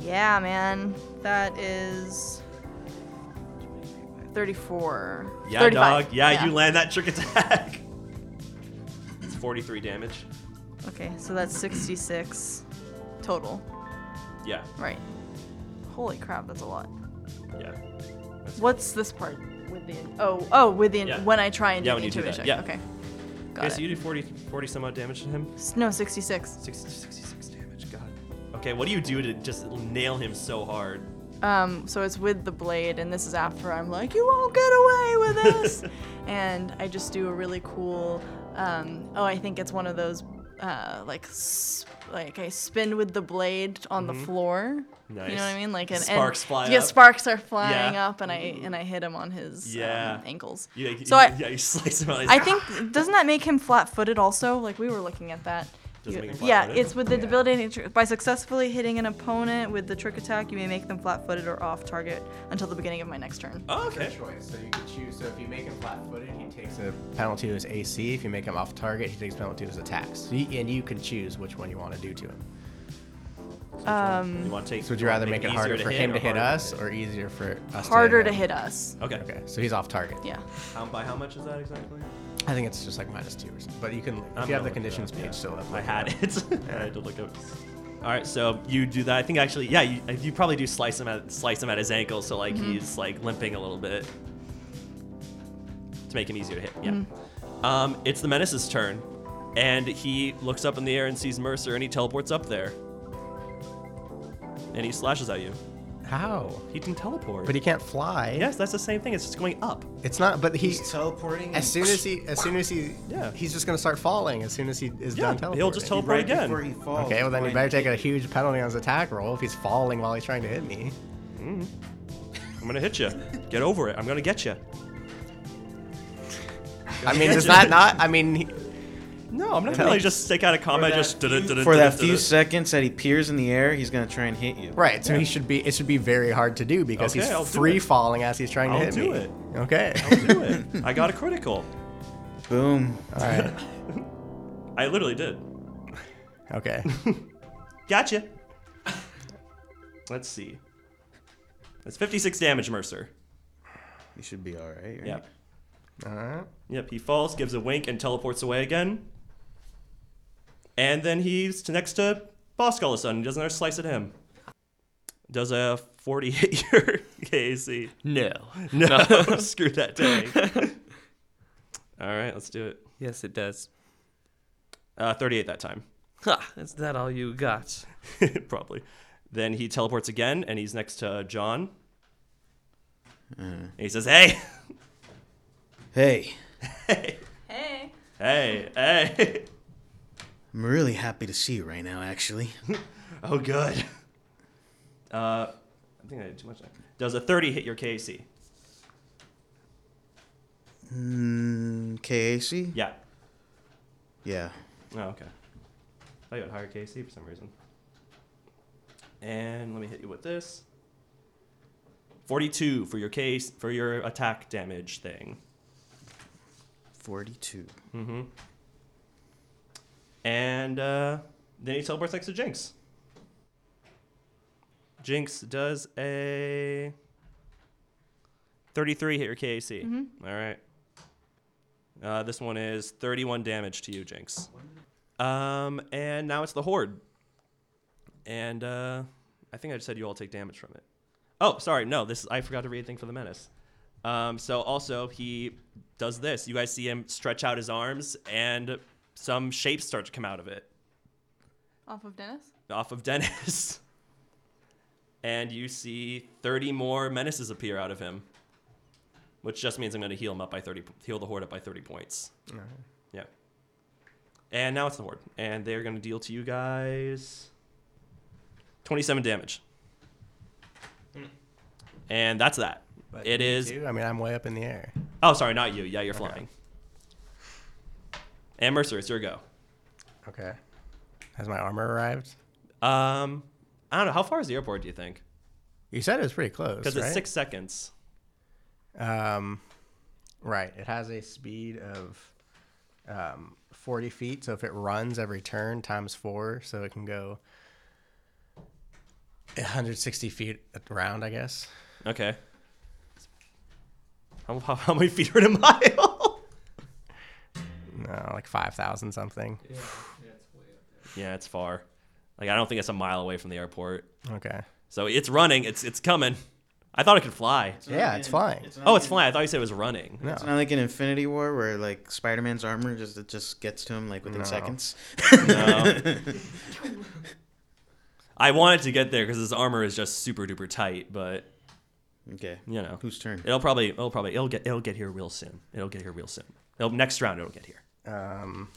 Speaker 3: Yeah, man, that is thirty-four.
Speaker 1: Yeah,
Speaker 3: 35.
Speaker 1: dog. Yeah, you land that trick attack. It's 43 damage.
Speaker 3: Okay, so that's sixty-six total.
Speaker 1: Yeah,
Speaker 3: Right. Holy crap, that's a lot.
Speaker 1: yeah.
Speaker 3: What's this part with the oh oh with the
Speaker 1: Yeah.
Speaker 3: when I try and
Speaker 1: Yeah,
Speaker 3: do
Speaker 1: when
Speaker 3: the
Speaker 1: you do
Speaker 3: intuition?
Speaker 1: that, yeah.
Speaker 3: Okay. Got
Speaker 1: Okay,
Speaker 3: it.
Speaker 1: so you do 40, 40 some odd damage to him.
Speaker 3: S- no, sixty-six.
Speaker 1: 60, 66 damage. God. Okay, what do you do to just nail him so hard?
Speaker 3: Um, so it's with the blade, and this is after I'm like, you won't get away with this. and I just do a really cool. Um, oh, I think it's one of those uh, like s like I spin with the blade on the floor. You
Speaker 1: Mm-hmm. Nice.
Speaker 3: know what I mean? Like an and-
Speaker 1: Sparks fly
Speaker 3: Yeah,
Speaker 1: up.
Speaker 3: sparks are flying
Speaker 1: Yeah. Mm-hmm.
Speaker 3: up, and I and I hit him on his
Speaker 1: Yeah.
Speaker 3: um, ankles.
Speaker 1: You, like,
Speaker 3: so
Speaker 1: you-
Speaker 3: I
Speaker 1: yeah, you slice him out. he's
Speaker 3: I
Speaker 1: like,
Speaker 3: think doesn't that make him flat-footed also? Like we were looking at that.
Speaker 1: Does it
Speaker 3: You-
Speaker 1: make him
Speaker 3: yeah,
Speaker 1: flat-footed?
Speaker 3: it's with the debilitating tr- by successfully hitting an opponent with the trick attack, you may make them flat-footed or off target until the beginning of my next turn.
Speaker 1: "Ah." Oh, okay.
Speaker 5: choice. So you could choose. So if you make him flat-footed, he takes a penalty to his AC. If you make him off-target, he takes a penalty to his attacks. So you- and you can choose which one you want to do to him.
Speaker 3: Um,
Speaker 1: You want to take,
Speaker 5: So would you rather
Speaker 1: wanna
Speaker 5: make it
Speaker 1: easier
Speaker 5: harder for him
Speaker 1: or
Speaker 5: to hit
Speaker 1: harder?
Speaker 5: us, or easier for us?
Speaker 3: Harder
Speaker 5: to
Speaker 3: to
Speaker 5: him?
Speaker 3: hit us.
Speaker 1: Okay.
Speaker 5: Okay, so he's off-target.
Speaker 3: Yeah.
Speaker 1: How, by how much is that exactly?
Speaker 5: I think it's just like minus two or something. But you can, if
Speaker 1: I'm
Speaker 5: you have
Speaker 1: gonna
Speaker 5: the
Speaker 1: look it
Speaker 5: conditions
Speaker 1: up,
Speaker 5: page
Speaker 1: yeah.
Speaker 5: still up.
Speaker 1: I
Speaker 5: look it
Speaker 1: had
Speaker 5: up.
Speaker 1: it. I had to look up. All right, so you do that. I think actually, yeah, you, you probably do slice him at slice him at his ankle, so like he's like limping a little bit to make him easier to hit. Yeah. Um, it's the menace's turn, and he looks up in the air and sees Mercer, and he teleports up there, and he slashes at you.
Speaker 5: How?
Speaker 1: He can teleport.
Speaker 5: But he can't fly.
Speaker 1: yes, that's the same thing. It's just going up.
Speaker 5: It's not. But he.
Speaker 4: He's teleporting.
Speaker 5: As soon as he, as soon as he,
Speaker 1: Yeah.
Speaker 5: he's just gonna start falling. As soon as he is
Speaker 1: Yeah,
Speaker 5: done teleporting,
Speaker 1: he'll just teleport
Speaker 4: right
Speaker 1: again.
Speaker 4: before he falls.
Speaker 5: Okay, well then you
Speaker 4: Right.
Speaker 5: better take a huge penalty on his attack roll if he's falling while he's trying to hit me.
Speaker 1: I'm gonna hit you. Get over it. I'm gonna get you.
Speaker 5: I mean, does that not? I mean, he-
Speaker 1: No, I'm not gonna let you just stick out a combat.
Speaker 4: that
Speaker 1: just did it, did it,
Speaker 4: For
Speaker 1: did it,
Speaker 4: that
Speaker 1: did
Speaker 4: few
Speaker 1: it.
Speaker 4: seconds that he peers in the air, he's gonna try and hit you.
Speaker 5: right? So he should be. It should be very hard to do because
Speaker 1: Okay,
Speaker 5: he's
Speaker 1: I'll do
Speaker 5: free
Speaker 1: it.
Speaker 5: falling as he's trying
Speaker 1: I'll
Speaker 5: to hit
Speaker 1: do
Speaker 5: me.
Speaker 1: it.
Speaker 5: Okay.
Speaker 1: Do it. I got a critical.
Speaker 4: Boom.
Speaker 5: All right.
Speaker 1: I literally did.
Speaker 5: Okay.
Speaker 1: Gotcha. Let's see. That's 56 damage, Mercer.
Speaker 4: You should be all right. right?
Speaker 1: Yep.
Speaker 5: All right.
Speaker 1: Yep. He falls, gives a wink, and teleports away again. And then he's t- next to Bosk all of a sudden. He does another slice at him. Does a 40 hit your KAC?
Speaker 2: No.
Speaker 1: No, screw that day. all right, let's do it.
Speaker 2: Yes, it does.
Speaker 1: Uh, 38 that time.
Speaker 2: Ha! Is that all you got?
Speaker 1: probably. Then he teleports again, and he's next to John. And he says, "Hey,
Speaker 4: Hey,
Speaker 3: Hey.
Speaker 1: hey, hey!
Speaker 4: I'm really happy to see you right now. Actually,
Speaker 1: Oh, good. Uh, I think I did too much. Does a thirty hit your KC?
Speaker 4: mm, KAC.
Speaker 1: Yeah.
Speaker 4: Yeah.
Speaker 1: Oh, okay. I thought you had higher KC for some reason. And let me hit you with this. Forty-two for your case for your attack damage thing.
Speaker 4: Forty-two.
Speaker 1: Mm-hmm. And uh, then he teleports next to Jinx. Jinx does a 33 hit your KAC. All right. Uh, this one is 31 damage to you, Jinx. Um, and now it's the Horde. And uh, I think I just said you all take damage from it. Oh, sorry. No, this I forgot to read a thing for the menace. Um, so also he does this. You guys see him stretch out his arms, and some shapes start to come out of it,
Speaker 3: Off of Dennis?
Speaker 1: off of Dennis. and you see thirty more menaces appear out of him, which just means I'm going to heal him up by thirty, p- heal the horde up by thirty points. Yeah. And now it's the horde, and they're going to deal to you guys twenty-seven damage. And that's that.
Speaker 5: But
Speaker 1: it
Speaker 5: me
Speaker 1: is
Speaker 5: too? I mean, I'm way up in the air.
Speaker 1: Oh, sorry, not you. Yeah, you're flying. And Mercer, it's your go.
Speaker 5: Okay. Has my armor arrived?
Speaker 1: Um, I don't know. How far is the airport, do you think?
Speaker 5: You said it was pretty close,
Speaker 1: Because
Speaker 5: right?
Speaker 1: it's six seconds.
Speaker 5: Um, right. It has a speed of um, 40 feet. So if it runs every turn times four, so it can go 160 feet around, I guess.
Speaker 1: Okay. How, how, how many feet are in a mile?
Speaker 5: No, like 5,000 something.
Speaker 1: yeah, it's far. Like, I don't think it's a mile away from the airport.
Speaker 5: Okay.
Speaker 1: So it's running. It's it's coming. I thought it could fly.
Speaker 5: Yeah, it's flying.
Speaker 1: Oh, it's flying. I thought you said it was running.
Speaker 5: No.
Speaker 4: It's not like an Infinity War where like Spider-Man's armor just it just gets to him like within
Speaker 5: No.
Speaker 4: seconds.
Speaker 1: No. I wanted to get there because his armor is just super duper tight, but
Speaker 4: Okay.
Speaker 1: you know.
Speaker 4: Whose turn?
Speaker 1: It'll probably it'll probably it'll get it'll get here real soon. It'll get here real soon. It'll, next round it'll get here.
Speaker 5: Um,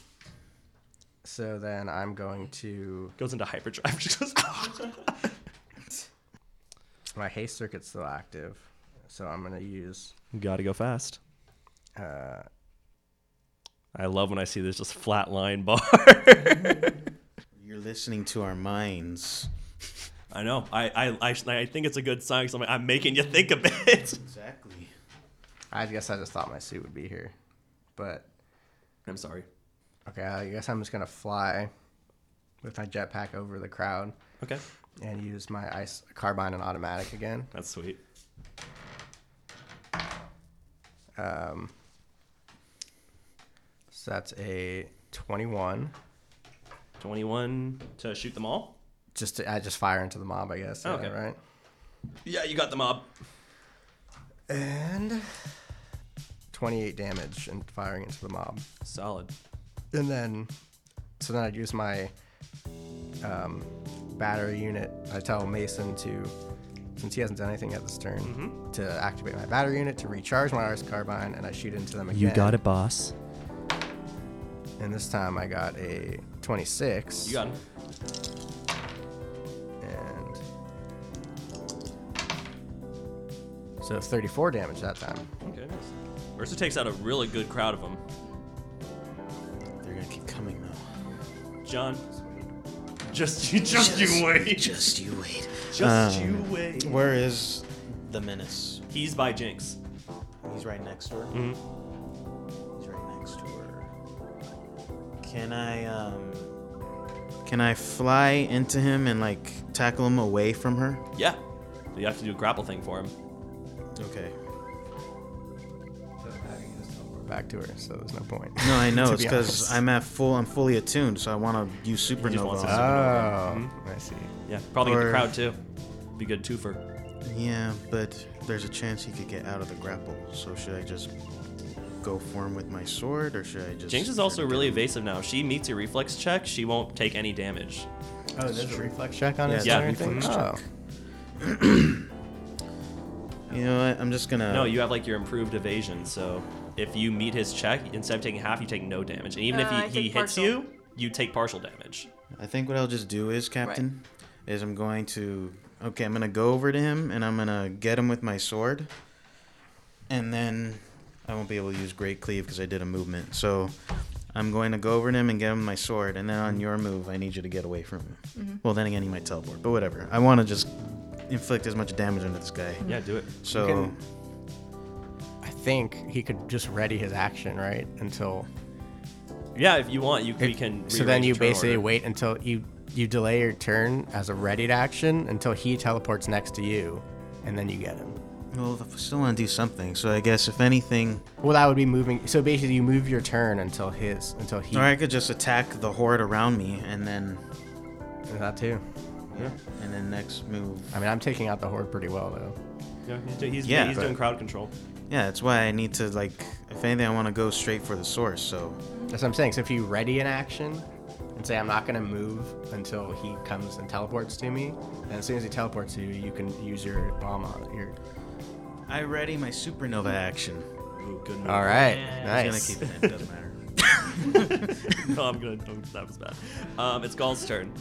Speaker 5: so then I'm going to.
Speaker 1: Goes into hyperdrive. Just goes.
Speaker 5: My haste circuit's still active. So I'm going to use.
Speaker 1: Gotta go fast.
Speaker 5: Uh,
Speaker 1: I love when I see this just flat line bar.
Speaker 4: You're listening to our minds.
Speaker 1: I know. I I, I I think it's a good sign because I'm like, I'm making you think of it.
Speaker 4: Exactly.
Speaker 5: I guess I just thought my suit would be here. But
Speaker 1: I'm sorry.
Speaker 5: Okay, I guess I'm just gonna fly with my jetpack over the crowd
Speaker 1: Okay,
Speaker 5: and use my ice carbine and automatic again.
Speaker 1: that's sweet.
Speaker 5: Um, so that's a 21.
Speaker 1: Twenty-one to shoot them all.
Speaker 5: Just to, I just fire into the mob, I guess. yeah,
Speaker 1: Okay.
Speaker 5: Right.
Speaker 1: Yeah, you got the mob.
Speaker 5: And 28 damage and firing into the mob.
Speaker 1: Solid.
Speaker 5: And then, so then I'd use my um, battery unit. I tell Mason to since he hasn't done anything yet this turn,
Speaker 2: Mm-hmm.
Speaker 5: to activate my battery unit to recharge my Ars Carbine, and I shoot into them again.
Speaker 1: You got it, boss.
Speaker 5: And this time I got a 26.
Speaker 2: You got him.
Speaker 5: And. So 34 damage that time.
Speaker 1: Okay, nice. Ursa takes out a really good crowd of them.
Speaker 4: They're gonna keep coming though.
Speaker 1: John, just you, just, you wait,
Speaker 4: Just you wait.
Speaker 1: just
Speaker 4: Um,
Speaker 1: you wait.
Speaker 4: Where is the menace?
Speaker 1: He's by Jinx.
Speaker 4: He's right next to her.
Speaker 1: Mm-hmm.
Speaker 4: He's right next to her. Can I um Can I fly into him and like tackle him away from her?
Speaker 1: Yeah, so you have to do a grapple thing for him.
Speaker 4: Okay.
Speaker 5: Back to her, so there's no point.
Speaker 4: No, I know
Speaker 5: To
Speaker 4: it's
Speaker 5: be
Speaker 4: because
Speaker 5: honest.
Speaker 4: I'm at full. I'm fully attuned, so I want to use
Speaker 1: just want
Speaker 4: supernova.
Speaker 1: some
Speaker 4: on
Speaker 5: Oh,
Speaker 4: Hmm?
Speaker 5: I see.
Speaker 1: Yeah, probably get the
Speaker 4: Or-
Speaker 1: crowd too. Be good twofer.
Speaker 4: him. yeah, but there's a chance he could get out of the grapple. So should I just go for him with my sword, or should I just?
Speaker 1: Jinx is also really evasive now. She meets your reflex check. She won't take any damage.
Speaker 5: Oh, there's a reflex check on
Speaker 4: Yeah,
Speaker 5: his
Speaker 1: it's a
Speaker 5: turn
Speaker 4: reflex
Speaker 5: thing? Oh.
Speaker 4: check. You know what? I'm just gonna.
Speaker 1: No, you have like your improved evasion. So if you meet his check, instead of taking half, you take no damage. And even
Speaker 3: Uh, I
Speaker 1: if he, he
Speaker 3: take
Speaker 1: hits
Speaker 3: partial.
Speaker 1: you, you take partial damage.
Speaker 4: I think what I'll just do is, Captain, is I'm going to. Okay, I'm gonna go over to him and I'm gonna get him with my sword, and then I won't be able to use Great Cleave because I did a movement. So I'm going to go over to him and get him with my sword, and then on your move, I need you to get away from him. Well, then again, he might teleport, but whatever. I want to just inflict as much damage onto this guy.
Speaker 1: Yeah, do it.
Speaker 4: So
Speaker 5: can- I think he could just ready his action, right? Until
Speaker 1: Yeah, if you want, you we can.
Speaker 5: So then
Speaker 1: rearrange
Speaker 5: you
Speaker 1: turn
Speaker 5: basically
Speaker 1: order.
Speaker 5: wait until you you delay your turn as a readied action until he teleports next to you, and then you get him.
Speaker 4: well, I still want to do something. So I guess if anything,
Speaker 5: Well, that would be moving. So basically, you move your turn until his until he.
Speaker 4: or I could just attack the horde around me, and then
Speaker 5: That too.
Speaker 4: and then next move.
Speaker 5: I mean, I'm taking out the horde pretty well though.
Speaker 1: Yeah, he's, he's,
Speaker 4: Yeah,
Speaker 1: he's
Speaker 4: but-
Speaker 1: doing crowd control.
Speaker 4: Yeah, that's why I need to like. If anything, I want to go straight for the source. So
Speaker 5: That's what I'm saying. So if you ready an action and say I'm not gonna move until he comes and teleports to me, and as soon as he teleports to you, you can use your bomb on your.
Speaker 4: I ready my supernova action.
Speaker 1: Ooh, good move.
Speaker 5: All right,
Speaker 4: I'm gonna
Speaker 5: nice.
Speaker 4: keep it. in, It doesn't matter.
Speaker 1: no, I'm gonna. oh, that was bad. Um, it's Gaul's turn,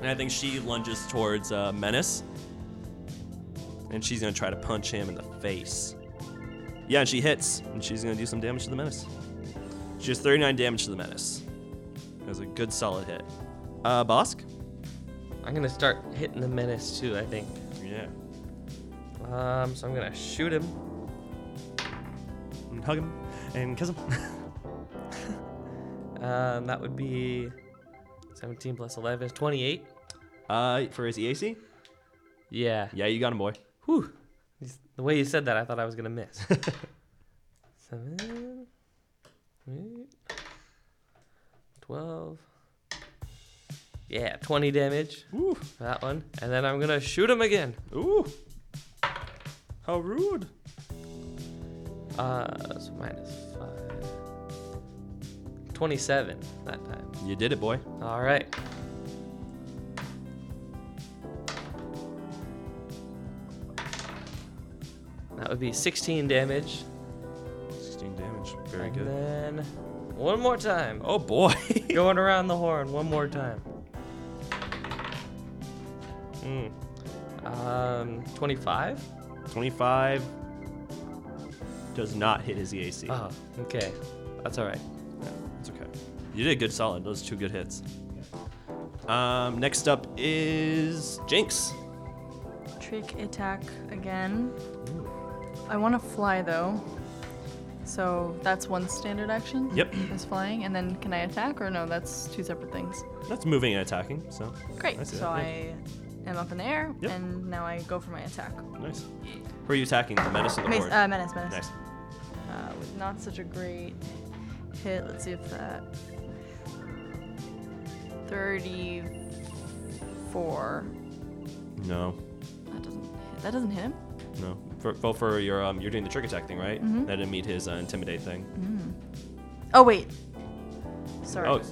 Speaker 1: and I think she lunges towards uh, Menace, and she's gonna try to punch him in the face. Yeah, and she hits, and she's gonna do some damage to the Menace. She does 39 damage to the Menace. That was a good solid hit. Uh, Bosk.
Speaker 2: I'm gonna start hitting the menace too. I think.
Speaker 1: Yeah.
Speaker 2: Um, so I'm gonna shoot him.
Speaker 1: And Mm, hug him and kiss him.
Speaker 2: Um, that would be 17 plus 11 is 28.
Speaker 1: uh, for his EAC.
Speaker 2: Yeah.
Speaker 1: Yeah, you got him, boy.
Speaker 2: Whew. Just- The way you said that, I thought I was gonna miss. Seven, eight, 12. Yeah, 20 damage.
Speaker 1: Ooh,
Speaker 2: for That one, and then I'm gonna shoot him again.
Speaker 1: ooh. How rude.
Speaker 2: Uh, so minus five. 27 that time.
Speaker 1: You did it, boy.
Speaker 2: All right. That would be 16 damage.
Speaker 1: 16 damage. Very
Speaker 2: and
Speaker 1: good.
Speaker 2: then one more time.
Speaker 1: Oh boy.
Speaker 2: Going around the horn one more time. Mm. Um, 25?
Speaker 1: 25 does not hit his EAC.
Speaker 2: Oh, okay. That's all right.
Speaker 1: It's okay. You did a good solid. Those two good hits. Um, next up is Jinx.
Speaker 3: Trick attack again. I want to fly though. So that's one standard action.
Speaker 1: Yep.
Speaker 3: Is flying, and then can I attack or no? That's two separate things.
Speaker 1: That's moving and attacking, so
Speaker 3: Great.
Speaker 1: see
Speaker 3: so
Speaker 1: that,
Speaker 3: I am up in the air,
Speaker 1: Yep.
Speaker 3: and now I go for my attack.
Speaker 1: nice. Who are you attacking? The medicine
Speaker 3: Mace,
Speaker 1: or
Speaker 3: uh, menace, menace.
Speaker 1: nice.
Speaker 3: Uh, with not such a great hit. Let's see if that. 34.
Speaker 1: No,
Speaker 3: That doesn't hit. That doesn't hit him?
Speaker 1: no. For, well, for your um, you're doing the trick attack thing, right?
Speaker 3: Mm-hmm.
Speaker 1: That didn't meet his uh, intimidate thing.
Speaker 3: Oh, wait. Sorry.
Speaker 1: Oh,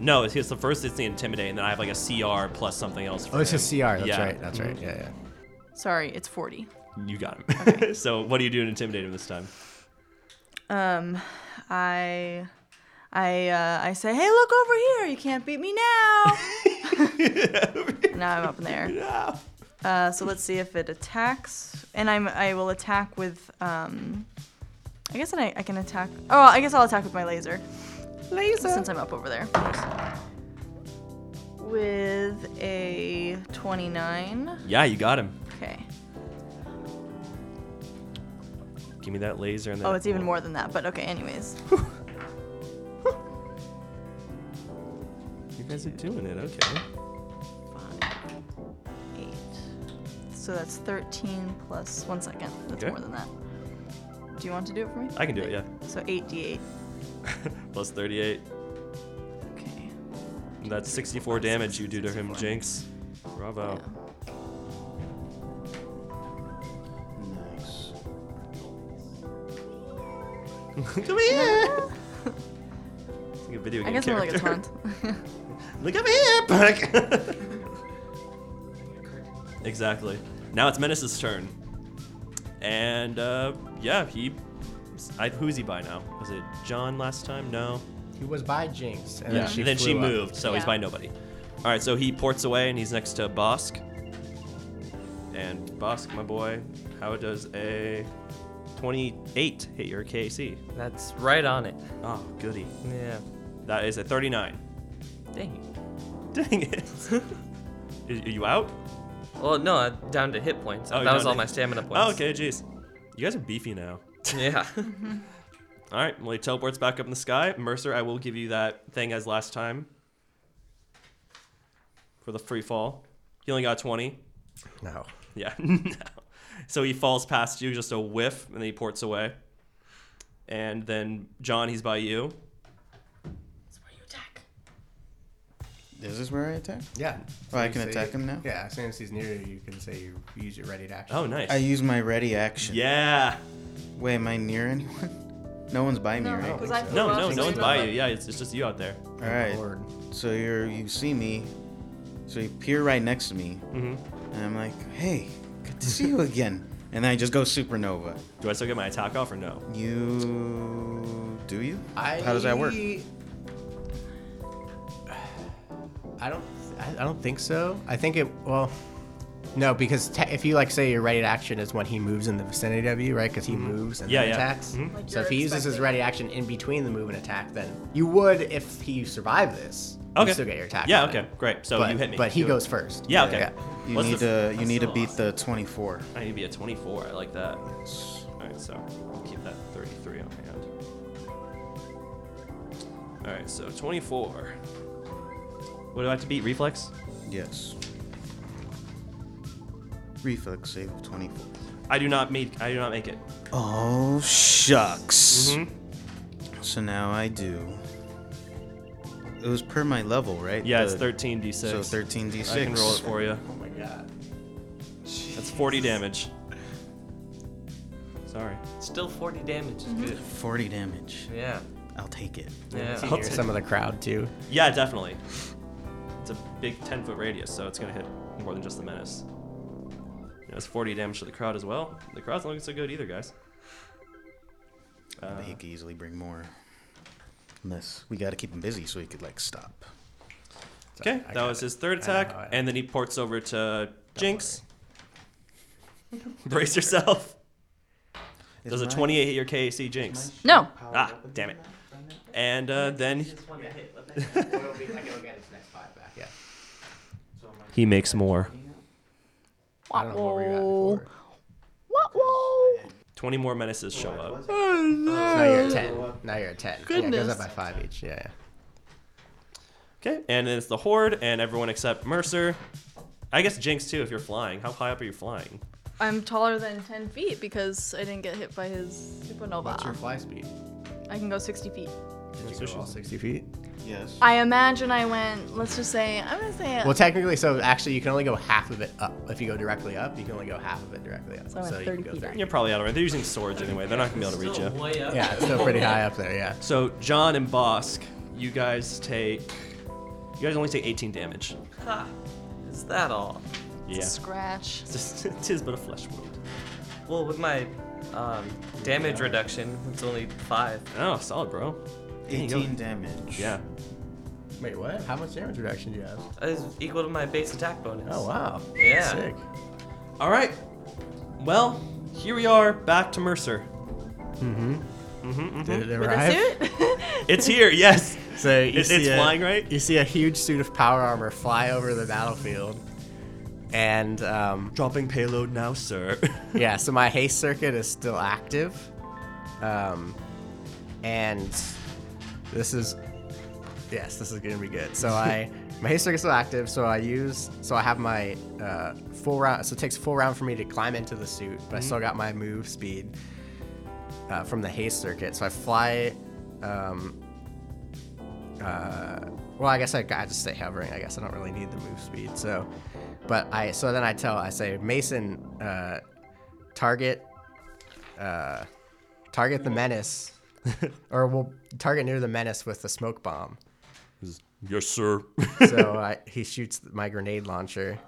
Speaker 1: no. It's, it's the first. It's the intimidate, and then I have like a CR plus something else. For
Speaker 5: Oh, it's
Speaker 1: him.
Speaker 5: a CR. That's
Speaker 1: Yeah.
Speaker 5: right. That's right. Yeah, yeah.
Speaker 3: Sorry, it's 40.
Speaker 1: You got him. so what do you do to intimidate him this time?
Speaker 3: Um, I, I, uh, I say, hey, look over here. You can't beat me now. now I'm up in the air. Uh, so let's see if it attacks, and I'm I will attack with um, I guess I, I can attack. Oh, I guess I'll attack with my laser. Laser. Since I'm up over there. With a 29.
Speaker 1: Yeah, you got him.
Speaker 3: Okay.
Speaker 1: Give me that laser and that
Speaker 3: Oh, it's even more than that, but okay, anyways.
Speaker 1: You guys are doing it, okay.
Speaker 3: Five, eight. So that's 13 plus one second. That's
Speaker 1: Okay.
Speaker 3: more than that. Do you want to do it for me?
Speaker 1: I can do it, yeah.
Speaker 3: So 8d8.
Speaker 1: Plus 38.
Speaker 3: Okay.
Speaker 1: And That's 64 damage you do to him, Jinx. Bravo.
Speaker 4: Nice.
Speaker 1: Come here! It's like a video
Speaker 3: I
Speaker 1: game
Speaker 3: guess I'm really
Speaker 1: character.
Speaker 3: good at font.
Speaker 1: Look up here, Puck! exactly. Now it's Menace's turn. And, uh, yeah, he. I, who's he by now? Was it John last time? No.
Speaker 5: He was by Jinx, and
Speaker 1: Yeah.
Speaker 5: then she
Speaker 1: and then she
Speaker 5: flew up.
Speaker 1: moved, so he's
Speaker 3: Yeah.
Speaker 1: by nobody. All right, so he ports away, and he's next to Bosk. And Bosk, my boy, how does a 28 hit your KC?
Speaker 2: That's right on it.
Speaker 5: Ah,
Speaker 1: Oh, goody.
Speaker 2: Yeah.
Speaker 1: That is a 39.
Speaker 2: Dang it.
Speaker 1: Dang it. Are you out?
Speaker 2: Well, no, I'm down to hit points.
Speaker 1: Oh, you're
Speaker 2: that was
Speaker 1: down
Speaker 2: all
Speaker 1: to-
Speaker 2: my stamina points.
Speaker 1: Oh, okay, jeez. You guys are beefy now.
Speaker 2: Yeah.
Speaker 1: All right, well, he teleports back up in the sky. Mercer, I will give you that thing as last time for the free fall. He only got 20.
Speaker 5: No.
Speaker 1: Yeah. no. So he falls past you, just a whiff, and then he ports away. And then John, he's by you.
Speaker 4: Is this where I attack?
Speaker 5: Yeah.
Speaker 4: Oh, I
Speaker 5: So
Speaker 4: can
Speaker 5: you-
Speaker 4: attack him now?
Speaker 5: Yeah, as soon as he's near you, you can say you use your ready to action.
Speaker 1: Oh, nice.
Speaker 4: I use my ready action.
Speaker 1: yeah.
Speaker 4: Wait, am I near anyone? No one's by me,
Speaker 3: No,
Speaker 4: right?
Speaker 3: because I flew
Speaker 1: No,
Speaker 3: off
Speaker 1: no,
Speaker 3: the
Speaker 1: no one's
Speaker 3: screen.
Speaker 1: by you. Yeah, it's, it's just you out there.
Speaker 4: All right.
Speaker 5: Lord.
Speaker 4: So you're you see me, so you peer right next to me,
Speaker 1: Mhm.
Speaker 4: and I'm like, hey, good to see you again. And then I just go supernova.
Speaker 1: Do I still get my attack off or no?
Speaker 4: You do you?
Speaker 5: I,
Speaker 4: How does that work?
Speaker 5: I don't. I, I don't think so. I think it. Well, no, because te- if you like say your ready to action is when he moves in the vicinity of you, right? Because he moves and
Speaker 1: Mm-hmm. Yeah,
Speaker 5: then
Speaker 1: yeah.
Speaker 5: attacks.
Speaker 1: Mhm.
Speaker 3: Like
Speaker 5: So if
Speaker 3: you're
Speaker 5: he uses his
Speaker 3: expecting-
Speaker 5: ready action in between the move and attack, then you would if he survived this. you
Speaker 1: Okay.
Speaker 5: still get your attack.
Speaker 1: Yeah,
Speaker 5: on it.
Speaker 1: okay, great. So
Speaker 5: but,
Speaker 1: you hit me.
Speaker 5: But he
Speaker 1: You-
Speaker 5: goes first.
Speaker 1: Yeah, okay.
Speaker 4: You
Speaker 1: What's
Speaker 4: need
Speaker 1: the f-
Speaker 4: to you need to beat the 24.
Speaker 1: I need to be at 24. I like that. All right, so I'll keep that 33 on hand. All right, so 24. What do I have to beat? Reflex?
Speaker 4: Yes. Reflex save of 24.
Speaker 1: I do not make. I do not make it.
Speaker 4: Oh shucks.
Speaker 1: Mm-hmm.
Speaker 5: Mm-hmm.
Speaker 4: So now I do. It was per my level, right?
Speaker 1: Yeah, it's
Speaker 4: The-
Speaker 1: 13 d6.
Speaker 4: So 13 d6.
Speaker 1: I can roll it for you. Oh my god. That's 40 damage. Sorry.
Speaker 2: Still 40 damage. is good.
Speaker 4: 40 damage.
Speaker 2: Yeah.
Speaker 4: I'll take it.
Speaker 2: Yeah.
Speaker 5: You hear some of the crowd too.
Speaker 1: Yeah, definitely. It's a big 10 foot radius, so it's gonna hit more than just the menace. You know, it's 40 damage to the crowd as well. The crowd's not looking so good either, guys. Uh,
Speaker 4: But he could easily bring more. Unless we got to keep him busy so he could, like, stop.
Speaker 1: Okay, that was his third attack,
Speaker 5: I-
Speaker 1: and then he ports over to Jinx. Brace yourself.
Speaker 4: Is
Speaker 1: Does a
Speaker 4: my-
Speaker 1: 28 hit your KAC, Jinx?
Speaker 3: No.
Speaker 1: Ah, damn it. And uh, then
Speaker 5: Yeah.
Speaker 1: he makes more.
Speaker 5: I don't know what we got
Speaker 3: Oh,
Speaker 5: before.
Speaker 3: Wah-wah.
Speaker 1: 20 more menaces show up.
Speaker 5: So now you're at ten. Now you're at ten. Yeah, it
Speaker 3: Goodness.
Speaker 5: goes up by five each. Yeah. yeah.
Speaker 1: Okay, and then it's the horde and everyone except Mercer. I guess Jinx too, if you're flying. How high up are you flying?
Speaker 3: I'm taller than 10 feet because I didn't get hit by his supernova.
Speaker 5: What's your fly speed?
Speaker 3: I can go 60 feet.
Speaker 5: Did you go all 60 feet?
Speaker 4: Yes.
Speaker 3: I imagine I went, let's just say, I'm going to say,
Speaker 5: Well, technically, so actually, you can only go half of it up. If you go directly up, you can only go half of it directly up.
Speaker 3: So I went
Speaker 5: you
Speaker 3: 30
Speaker 5: can
Speaker 3: feet
Speaker 5: go
Speaker 3: up.
Speaker 1: You're probably out of range. They're using swords anyway. They're not gonna be able to reach you.
Speaker 2: Still way up.
Speaker 5: Yeah, it's still pretty high up there. Yeah.
Speaker 1: So John and Bosk, you guys take. You guys only take 18 damage.
Speaker 2: Is that all?
Speaker 1: Yeah.
Speaker 3: Scratch.
Speaker 1: Just tis but a flesh wound.
Speaker 2: Well, with my um, damage reduction, it's only five.
Speaker 1: Oh, solid, bro. Dang, yo-
Speaker 4: 18 damage.
Speaker 1: Yeah.
Speaker 5: Wait, what? How much damage reduction do you have?
Speaker 2: It's equal to my base attack bonus.
Speaker 5: Oh wow.
Speaker 2: Yeah.
Speaker 5: Sick.
Speaker 1: All right. Well, here we are back to Mercer.
Speaker 5: Did it
Speaker 3: With a
Speaker 5: arrive?
Speaker 3: suit?
Speaker 1: It's here. Yes.
Speaker 5: So you
Speaker 1: It-
Speaker 5: see
Speaker 1: it's
Speaker 5: a-
Speaker 1: flying, right?
Speaker 5: You see a huge suit of power armor fly over the battlefield, and um,
Speaker 1: Dropping payload now, sir.
Speaker 5: yeah, so my haste circuit is still active, um, and this is yes, this is gonna be good. So I my haste circuit's still active, so I use so I have my uh, full round. So it takes a full round for me to climb into the suit, but I still got my move speed uh, from the haste circuit. So I fly. Um, uh, well, I guess I, I just stay hovering. I guess I don't really need the move speed. So, but I so then I tell I say Mason, uh, target, uh, target the menace, or we'll target near the menace with the smoke bomb.
Speaker 1: yes, sir.
Speaker 5: So I, he shoots my grenade launcher,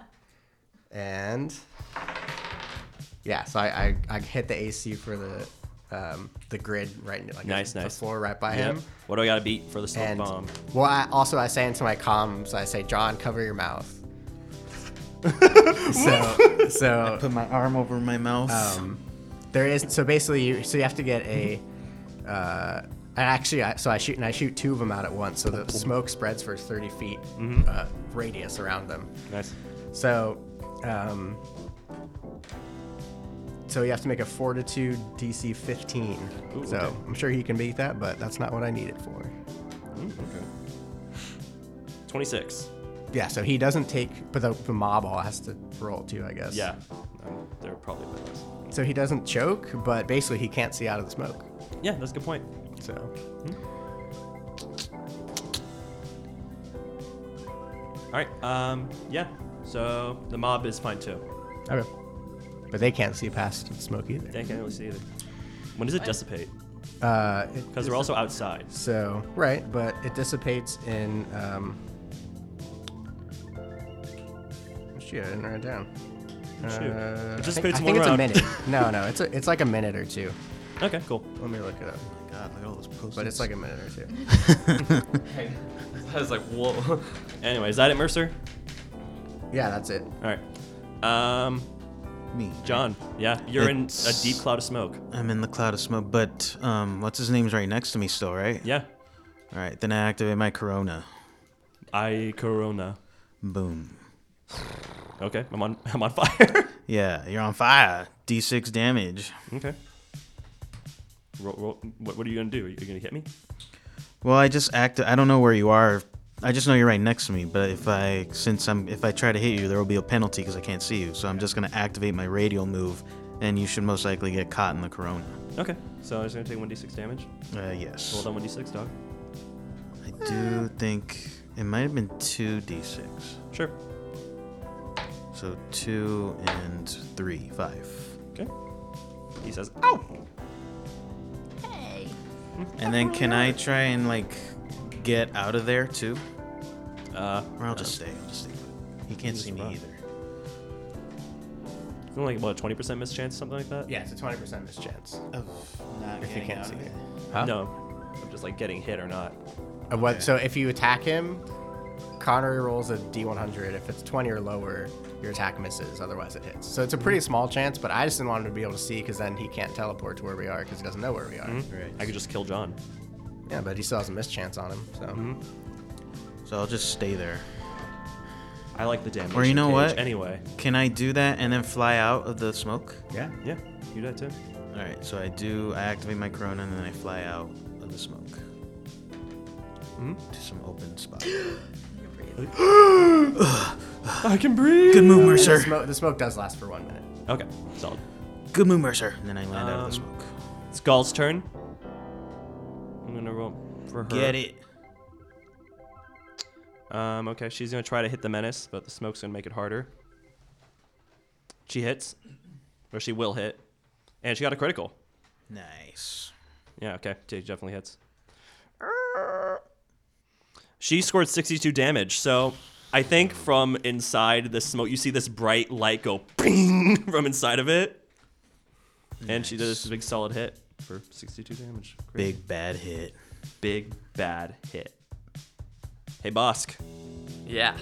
Speaker 5: and yeah, so I, I, I hit the AC for the um, the grid right in- like
Speaker 1: Nice,
Speaker 5: the
Speaker 1: nice.
Speaker 5: floor right by
Speaker 1: Yep.
Speaker 5: him.
Speaker 1: What do I gotta beat for the smoke
Speaker 5: And
Speaker 1: bomb?
Speaker 5: well, I, also I say into my comms, I say, John, cover your mouth. so, so
Speaker 4: Put my arm over my mouth.
Speaker 5: um, there is so basically you so you have to get a uh, and actually I, so I shoot and I shoot two of them out at once, so the smoke spreads for 30 feet
Speaker 1: Mm-hmm.
Speaker 5: uh, radius around them.
Speaker 1: Nice.
Speaker 5: So, um, so you have to make a fortitude DC 15. so
Speaker 1: okay.
Speaker 5: I'm sure he can beat that, but that's not what I need it for.
Speaker 1: Okay. Twenty-six.
Speaker 5: Yeah, so he doesn't take, but the, the mob all has to roll too, I guess.
Speaker 1: Yeah. Um, they're probably with us.
Speaker 5: So he doesn't choke, but basically he can't see out of the smoke.
Speaker 1: Yeah, that's a good point.
Speaker 5: So.
Speaker 1: All right. Um. Yeah. So the mob is fine too.
Speaker 5: Okay. But they can't see past the smoke either.
Speaker 1: They can't really see either. When does it dissipate?
Speaker 5: Uh, it,
Speaker 1: Because they're also outside.
Speaker 5: so right, but it dissipates in. Um, shit, I didn't write it down.
Speaker 1: Shoot.
Speaker 5: Uh,
Speaker 1: It
Speaker 5: I think,
Speaker 1: dissipates
Speaker 5: I
Speaker 1: in
Speaker 5: think
Speaker 1: one
Speaker 5: it's a
Speaker 1: round.
Speaker 5: minute. No, no, it's a, it's like a minute or two.
Speaker 1: Okay. Cool.
Speaker 5: Let me look it up.
Speaker 4: Oh God, look at all those posts.
Speaker 5: But it's like a minute or two.
Speaker 2: Okay. I was like, whoa.
Speaker 1: Anyway, is that it, Mercer?
Speaker 5: Yeah, that's it.
Speaker 1: All right. Um.
Speaker 4: me.
Speaker 1: John. Yeah. You're in a
Speaker 4: It's-
Speaker 1: deep cloud of smoke.
Speaker 4: I'm in the cloud of smoke, but um, what's his name's right next to me still, right?
Speaker 1: Yeah.
Speaker 4: All right, then I activate my corona.
Speaker 1: I corona.
Speaker 4: Boom.
Speaker 1: Okay. I'm on. I'm on fire.
Speaker 4: Yeah, you're on fire. D6 damage.
Speaker 1: okay. Roll, roll, what, what are you gonna do? Are you gonna hit me?
Speaker 4: Well, I just act. I don't know where you are. I just know you're right next to me. But if I, since I'm, if I try to hit you, there will be a penalty because I can't see you. So I'm just gonna activate my radial move, and you should most likely get caught in the corona.
Speaker 1: Okay. So I'm just gonna take 1d6 damage.
Speaker 4: Uh, yes.
Speaker 1: Hold on, 1d6, dog.
Speaker 4: I do think it might have been two D6.
Speaker 1: Sure.
Speaker 4: So two and three, five.
Speaker 1: Okay. He says, "Ow!"
Speaker 4: And then can I try and like get out of there too?
Speaker 1: Uh,
Speaker 4: Or I'll just stay. I'll just stay. put. He can't see me
Speaker 1: survive.
Speaker 4: either.
Speaker 1: isn't it like what 20% miss chance, something like that.
Speaker 5: Yeah, it's a twenty percent mischance.
Speaker 4: Not
Speaker 5: If you can't see it. Huh?
Speaker 1: No, I'm just like getting hit or not.
Speaker 5: Uh, what? So if you attack him, Connery rolls a d100. If it's 20 or lower, your attack misses. Otherwise, it hits. So it's a pretty small chance. But I just didn't want him to be able to see because then he can't teleport to where we are because he doesn't know where we are.
Speaker 4: Right.
Speaker 1: I could just kill John.
Speaker 5: Yeah, but he still has a mischance on him. So
Speaker 4: So I'll just stay there.
Speaker 1: I like the damage.
Speaker 4: Or you know
Speaker 1: cage.
Speaker 4: what?
Speaker 1: Anyway,
Speaker 4: Can I do that and then fly out of the smoke?
Speaker 5: yeah.
Speaker 1: yeah, you do that too.
Speaker 4: All right. So I do. I activate my corona and then I fly out of the smoke to some open spot.
Speaker 1: I can breathe.
Speaker 4: Good move,
Speaker 5: The
Speaker 4: Mercer.
Speaker 5: smoke, the smoke does last for one minute.
Speaker 1: Okay, solid.
Speaker 4: Good move, Mercer. And then I land out of the
Speaker 1: Um,
Speaker 4: smoke.
Speaker 1: It's Gall's turn. I'm gonna roll for her.
Speaker 4: Get it.
Speaker 1: Um, okay, she's gonna try to hit the menace, but the smoke's gonna make it harder. She hits, or she will hit, and she got a critical.
Speaker 4: Nice.
Speaker 1: Yeah, okay, she definitely hits. She scored 62 damage, so I think from inside the smoke, you see this bright light go ping from inside of it. And she does this big solid hit for 62 damage. Crazy.
Speaker 4: Big bad hit.
Speaker 1: big, bad hit. Hey, Bosk,
Speaker 2: Yeah,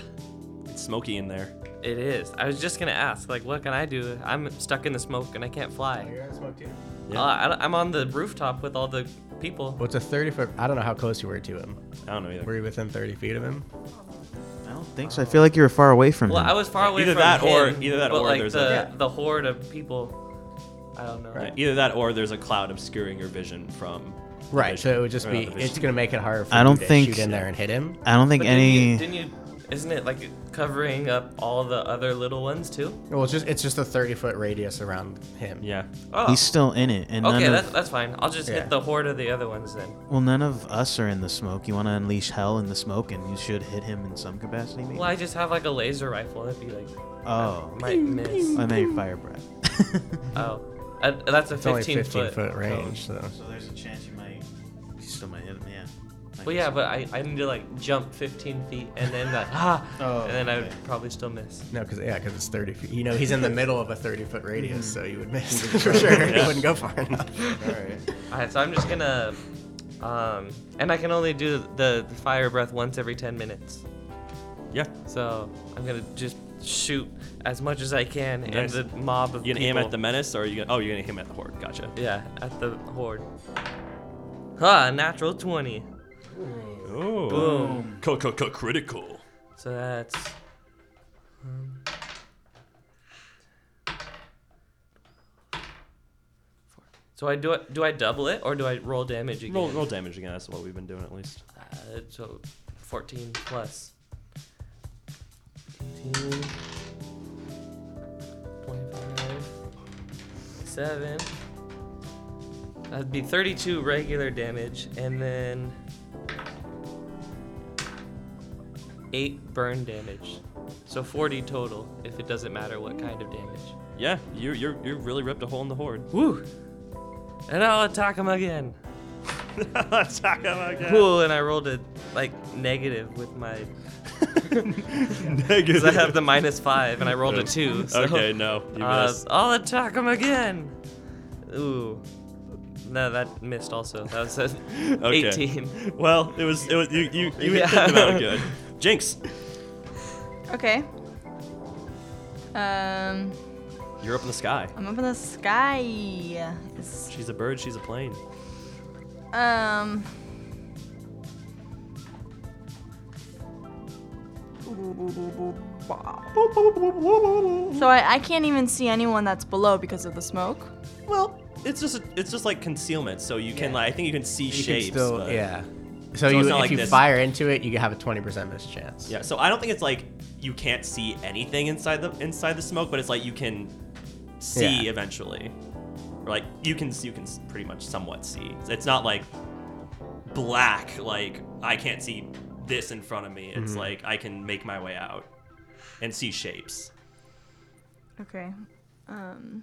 Speaker 1: it's smoky in there.
Speaker 2: it is. I was just gonna ask, like, what can I do? I'm stuck in the smoke and I can't fly.
Speaker 5: You're on smoke too.
Speaker 1: Yeah.
Speaker 2: Uh, I don't- I'm on the rooftop with all the people.
Speaker 5: Well, it's a 30 foot. I don't know how close you were to him.
Speaker 1: I don't know either.
Speaker 5: Were you within 30 feet of him?
Speaker 4: I don't think so. I feel like you were far away from
Speaker 2: Well,
Speaker 4: him.
Speaker 2: I was far away
Speaker 1: Either
Speaker 2: from
Speaker 1: that or-
Speaker 2: him,
Speaker 1: either that
Speaker 2: but
Speaker 1: or
Speaker 2: like
Speaker 1: there's a-
Speaker 2: the the horde of people. I don't know.
Speaker 1: Right. Either that or there's a cloud obscuring your vision from. the
Speaker 5: Right. So
Speaker 1: vision.
Speaker 5: it would just
Speaker 1: Or
Speaker 5: be.
Speaker 1: not the
Speaker 5: It's
Speaker 1: vision.
Speaker 5: gonna make it harder for
Speaker 4: I
Speaker 5: you
Speaker 4: don't
Speaker 5: to
Speaker 4: think-
Speaker 5: shoot in there and hit him.
Speaker 4: I don't think
Speaker 2: But
Speaker 4: any.
Speaker 2: Didn't you, didn't you? Isn't it like covering up all the other little ones too?
Speaker 5: Well, it's just it's just a 30 foot radius around him.
Speaker 1: Yeah.
Speaker 2: Oh.
Speaker 4: He's still in it, and
Speaker 2: Okay,
Speaker 4: none
Speaker 2: that's,
Speaker 4: of
Speaker 2: that's fine. I'll just
Speaker 5: Yeah.
Speaker 2: hit the horde of the other ones then.
Speaker 4: well, none of us are in the smoke. You want to unleash hell in the smoke, and you should hit him in some capacity, maybe.
Speaker 2: Well, I just have like a laser rifle. That'd be like
Speaker 4: oh,
Speaker 2: might miss.
Speaker 4: I meant fire breath.
Speaker 2: Oh, uh, that's a
Speaker 5: It's only
Speaker 2: 15,
Speaker 5: 15
Speaker 2: foot.
Speaker 5: foot, range. So.
Speaker 4: so there's a chance you might, you still might hit him, yeah.
Speaker 2: Well, yeah, but I, I need to like jump 15 feet and then like ah,
Speaker 4: Oh,
Speaker 2: and then I would
Speaker 4: okay.
Speaker 2: probably still miss.
Speaker 5: No, because yeah, because it's 30 feet. You know, he's in the middle of a 30 foot radius, so you would miss for sure. You wouldn't go far enough.
Speaker 2: All right, so I'm just gonna, um, and I can only do the, the fire breath once every 10 minutes.
Speaker 1: Yeah.
Speaker 2: So I'm gonna just shoot as much as I can
Speaker 1: Nice.
Speaker 2: and the mob of
Speaker 1: You gonna aim
Speaker 2: people.
Speaker 1: at the menace or are you gonna? Oh, you're gonna aim at the horde. Gotcha.
Speaker 2: yeah at the horde. Ha! natural 20.
Speaker 1: Ooh.
Speaker 2: Boom.
Speaker 1: Critical.
Speaker 2: So that's. um, 4. So I do I do I double it or do I roll damage again?
Speaker 1: Roll, roll damage again. That's what we've been doing at least.
Speaker 2: Uh, so 14 plus. 18, 25, 7. That'd be 32 regular damage and then 8 burn damage. So 40 total if it doesn't matter what kind of damage.
Speaker 1: Yeah, you you you really ripped a hole in the horde.
Speaker 2: Woo! And I'll attack him again.
Speaker 1: Attack him again.
Speaker 2: Cool, and I rolled a like negative with my
Speaker 1: Negative.
Speaker 2: Because I have the minus five, and I rolled a two. So,
Speaker 1: Okay, no, you
Speaker 2: uh,
Speaker 1: missed.
Speaker 2: I'll attack him again. Ooh. No, that missed also. That was a
Speaker 1: Okay.
Speaker 2: 18.
Speaker 1: Well, it was it was you you, you hit
Speaker 2: Yeah.
Speaker 1: the amount good. Jinx,
Speaker 3: Okay. Um,
Speaker 1: you're up in the sky.
Speaker 3: I'm up in the sky. It's-
Speaker 1: She's a bird. She's a plane.
Speaker 3: Um. So I, I can't even see anyone that's below because of the smoke.
Speaker 1: Well, it's just a, it's just like concealment, so you can like I think you can see
Speaker 5: You
Speaker 1: shapes.
Speaker 5: can still,
Speaker 1: but-
Speaker 5: yeah. So,
Speaker 1: it's
Speaker 5: you, if
Speaker 1: not like
Speaker 5: you
Speaker 1: this.
Speaker 5: fire into it, you have a 20% miss chance.
Speaker 1: Yeah, so I don't think it's like you can't see anything inside the inside the smoke, but it's like you can see
Speaker 5: Yeah.
Speaker 1: eventually, or like you can you can s- pretty much somewhat see. It's not like black, like I can't see this in front of me. It's like I can make my way out and see shapes.
Speaker 3: Okay. Um.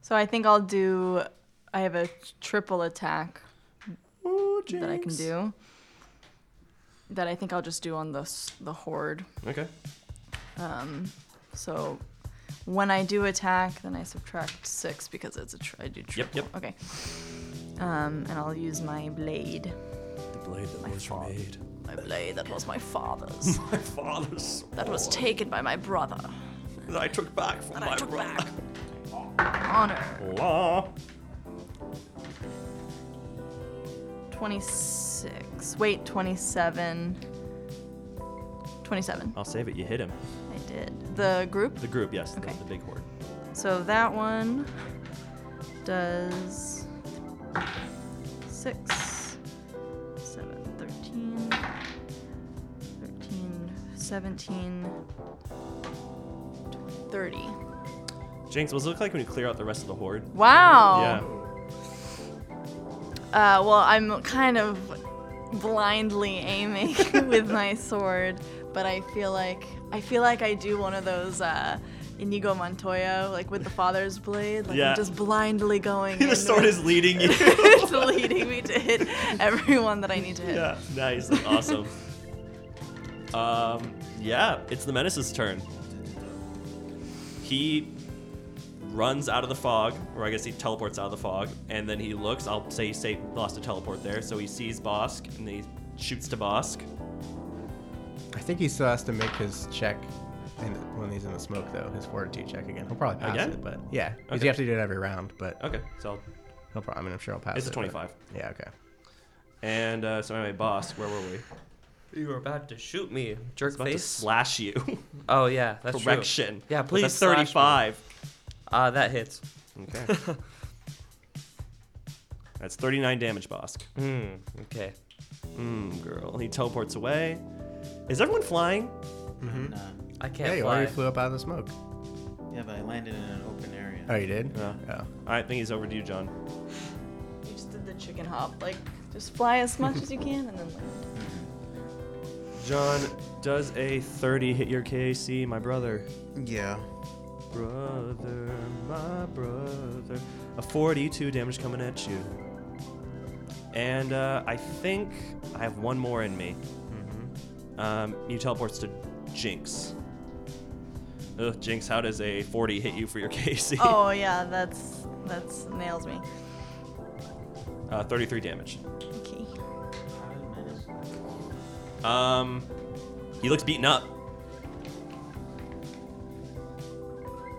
Speaker 3: So I think I'll do. I have a triple attack that I can do. That I think I'll just do on the s- the horde.
Speaker 1: Okay.
Speaker 3: So when I do attack, then I subtract six because it's a tr- I do triple.
Speaker 1: yep.
Speaker 3: Okay. Um, and I'll use my blade.
Speaker 1: The blade that was
Speaker 3: fault.
Speaker 1: made.
Speaker 3: My blade that was my father's.
Speaker 1: My father's.
Speaker 3: that was taken by my brother.
Speaker 1: That I took back from
Speaker 3: That
Speaker 1: my
Speaker 3: I took
Speaker 1: brother.
Speaker 3: back. Honor.
Speaker 1: Law.
Speaker 3: 26. Wait, 27. 27.
Speaker 1: I'll save it. You hit him.
Speaker 3: I did. The group?
Speaker 1: The group, yes.
Speaker 3: Okay.
Speaker 1: The, the big horde.
Speaker 3: So that one does 6, 7, 13, 13, 17, 30.
Speaker 1: Jinx, what does it look like when you clear out the rest of the horde?
Speaker 3: Wow. Uh, well, I'm kind of blindly aiming with my sword, but I feel like I feel like I do one of those uh, Inigo Montoya, like with the father's blade, like
Speaker 1: Yeah.
Speaker 3: I'm just blindly going.
Speaker 1: Yeah. the
Speaker 3: in
Speaker 1: sword
Speaker 3: with-
Speaker 1: is leading you.
Speaker 3: it's leading me to hit everyone that I need to hit.
Speaker 1: yeah. Nice. That's awesome. Um, Yeah, it's the menace's turn. He runs out of the fog, or I guess he teleports out of the fog, and then he looks. I'll say he say, lost a teleport there, so he sees Bosk and then he shoots to Bosk.
Speaker 5: I think he still has to make his check and when he's in the smoke though, his fortitude check again. He'll probably pass
Speaker 1: Again?
Speaker 5: it, but yeah, because
Speaker 1: Okay.
Speaker 5: you have to do it every round. But
Speaker 1: Okay, so
Speaker 5: he'll probably, I mean, I'm sure he'll pass.
Speaker 1: It's a
Speaker 5: it, but-
Speaker 1: 25.
Speaker 5: Yeah. Okay.
Speaker 1: and uh, so anyway, Bosk, where were we?
Speaker 2: You were about to shoot me,
Speaker 1: It's
Speaker 2: jerk
Speaker 1: about to
Speaker 2: face.
Speaker 1: slash you.
Speaker 2: Oh yeah, that's true.
Speaker 1: Correction.
Speaker 2: Yeah, please
Speaker 1: With a
Speaker 2: slash me.
Speaker 1: Thirty-five.
Speaker 2: Uh, that hits.
Speaker 1: Okay. That's 39 damage, Bosk.
Speaker 2: Hmm. Okay.
Speaker 1: Mmm, girl. He teleports away. Is everyone flying? Mm-hmm.
Speaker 5: Mm-hmm.
Speaker 4: And, uh,
Speaker 2: I can't
Speaker 5: Yeah, you
Speaker 2: fly.
Speaker 5: already flew up out of the smoke.
Speaker 4: yeah, but I landed in an open area.
Speaker 5: Oh, you did?
Speaker 1: Yeah.
Speaker 5: Oh.
Speaker 1: All right, I think he's over to you, John.
Speaker 3: You just did the chicken hop. Like, just fly as much as you can and then land.
Speaker 1: John, does a 30 hit your KAC, my brother?
Speaker 4: Yeah.
Speaker 1: Brother, my brother. A 42 damage coming at you. And uh, I think I have one more in me. Um, you teleports to Jinx. Ugh, Jinx, how does a 40 hit you for your KC?
Speaker 3: Oh yeah, that's that's nails me.
Speaker 1: Uh, 33 damage.
Speaker 3: Okay.
Speaker 4: Mm-hmm.
Speaker 1: Um, he looks beaten up.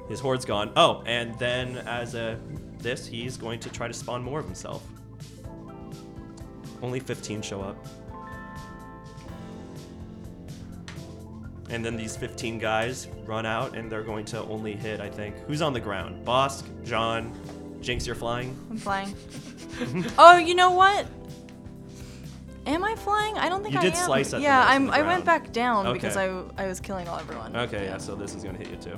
Speaker 1: His horde's gone. Oh, and then as a this, he's going to try to spawn more of himself. Only 15 show up. And then these 15 guys run out and they're going to only hit, I think. Who's on the ground? Bosk, John, Jinx, you're flying.
Speaker 3: I'm flying. oh, you know what? Am I flying? I don't think
Speaker 1: You
Speaker 3: I
Speaker 1: did
Speaker 3: am.
Speaker 1: slice at the
Speaker 3: yeah,
Speaker 1: nose
Speaker 3: I'm.
Speaker 1: and the
Speaker 3: I went
Speaker 1: ground.
Speaker 3: back down because I,
Speaker 1: Okay.
Speaker 3: I was killing all everyone.
Speaker 1: Okay, yeah, so this is gonna hit you too.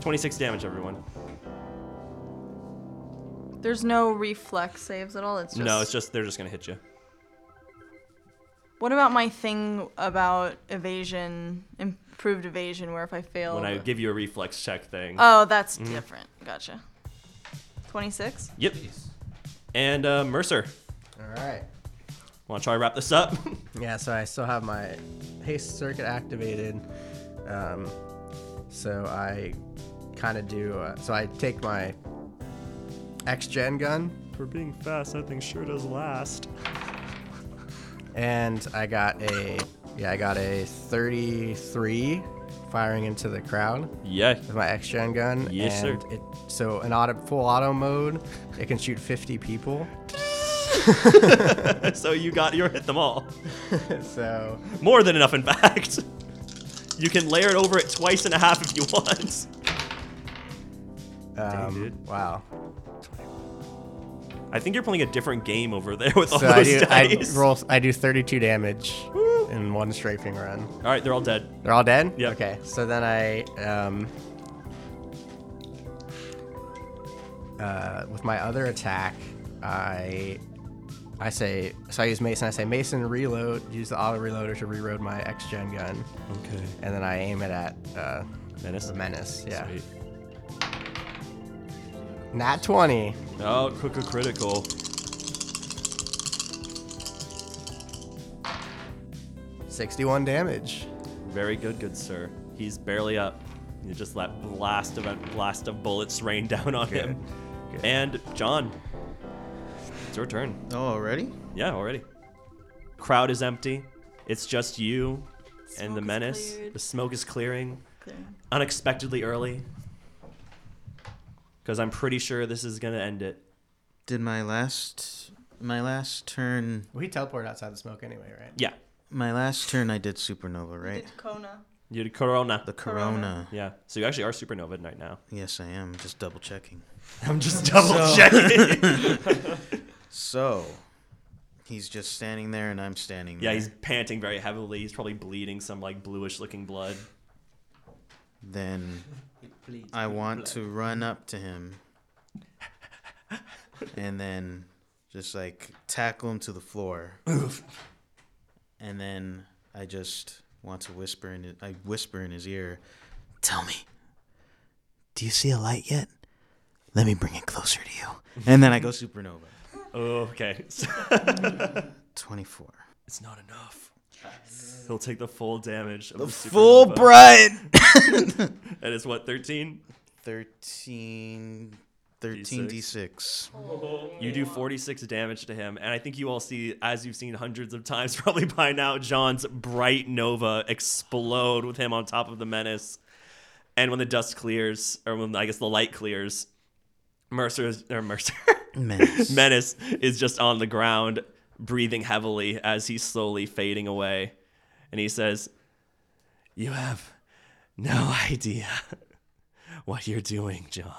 Speaker 1: 26 damage, everyone.
Speaker 3: There's no reflex saves at all. It's just.
Speaker 1: no, it's just they're just gonna hit you.
Speaker 3: What about my thing about evasion, improved evasion, where if I fail.
Speaker 1: When I give you a reflex check thing.
Speaker 3: Oh, that's different. Gotcha. Twenty-six.
Speaker 1: yep. And uh, Mercer,
Speaker 5: All right.
Speaker 1: want to try to wrap this up?
Speaker 5: Yeah. So I still have my haste circuit activated. Um, so I kind of do. Uh, so I take my X Gen gun
Speaker 1: For being fast, that thing sure does last.
Speaker 5: and I got a yeah I got a 33 firing into the crowd.
Speaker 1: Yeah.
Speaker 5: with my X Gen gun.
Speaker 1: Yes, sir.
Speaker 5: and It, so in auto, full auto mode, it can shoot 50 people.
Speaker 1: so you got you hit them all.
Speaker 5: so
Speaker 1: More than enough, in fact. You can layer it over it twice and a half if you want.
Speaker 5: um,
Speaker 1: dude.
Speaker 5: wow.
Speaker 1: I think you're playing a different game over there with all
Speaker 5: So I
Speaker 1: those
Speaker 5: do I
Speaker 1: dice.
Speaker 5: roll I do 32 damage
Speaker 1: Woo.
Speaker 5: in one strafing run.
Speaker 1: All right, they're all dead.
Speaker 5: They're all dead.
Speaker 1: Yep.
Speaker 5: Okay. So then I um. Uh, with my other attack, I I say so I use Mason. I say Mason reload. Use the auto reloader to reload my X Gen gun,
Speaker 1: Okay.
Speaker 5: and then I aim it at uh,
Speaker 1: Menace.
Speaker 5: the menace. Yeah.
Speaker 1: Sweet.
Speaker 5: Nat 20.
Speaker 1: Oh, cook a critical.
Speaker 5: Sixty-one damage.
Speaker 1: Very good, good sir. He's barely up. You just let blast of blast of bullets rain down on him.
Speaker 5: Good.
Speaker 1: And John, it's your turn.
Speaker 4: Oh, already?
Speaker 1: Yeah, already. Crowd is empty. It's just you and
Speaker 3: Smoke
Speaker 1: the
Speaker 3: is
Speaker 1: menace.
Speaker 3: cleared.
Speaker 1: The smoke is clearing
Speaker 3: Clear.
Speaker 1: unexpectedly early. Because I'm pretty sure this is gonna end it.
Speaker 4: Did my last my last turn
Speaker 5: We teleport outside the smoke anyway, right?
Speaker 1: Yeah,
Speaker 4: my last turn I did supernova, right?
Speaker 3: Did Kona.
Speaker 1: you did Corona.
Speaker 4: The corona.
Speaker 1: Yeah, so you actually are supernova right now.
Speaker 4: Yes, I am. Just double checking.
Speaker 1: I'm just double checking.
Speaker 4: So, he's just standing there and I'm standing there.
Speaker 1: yeah, he's panting very heavily. He's probably bleeding some like bluish-looking blood.
Speaker 4: Then I want to run up to him and then just like tackle him to the floor. And then I just want to whisper in his, I whisper in his ear, "Tell me. Do you see a light yet? Let me bring it closer to you." And then I go supernova.
Speaker 1: Oh, okay.
Speaker 4: 24.
Speaker 1: It's not enough. He'll take the full damage. Of the,
Speaker 4: Full
Speaker 1: supernova.
Speaker 4: bright.
Speaker 1: That is what thirteen.
Speaker 4: 13 13 d6.
Speaker 1: You do 46 damage to him, and I think you all see, as you've seen hundreds of times probably by now, John's bright nova explode with him on top of the menace. And when the dust clears, or when I guess the light clears, Mercer is, or Mercer,
Speaker 4: Menace.
Speaker 1: menace is just on the ground, breathing heavily as he's slowly fading away. And he says, "You have no idea what you're doing, John."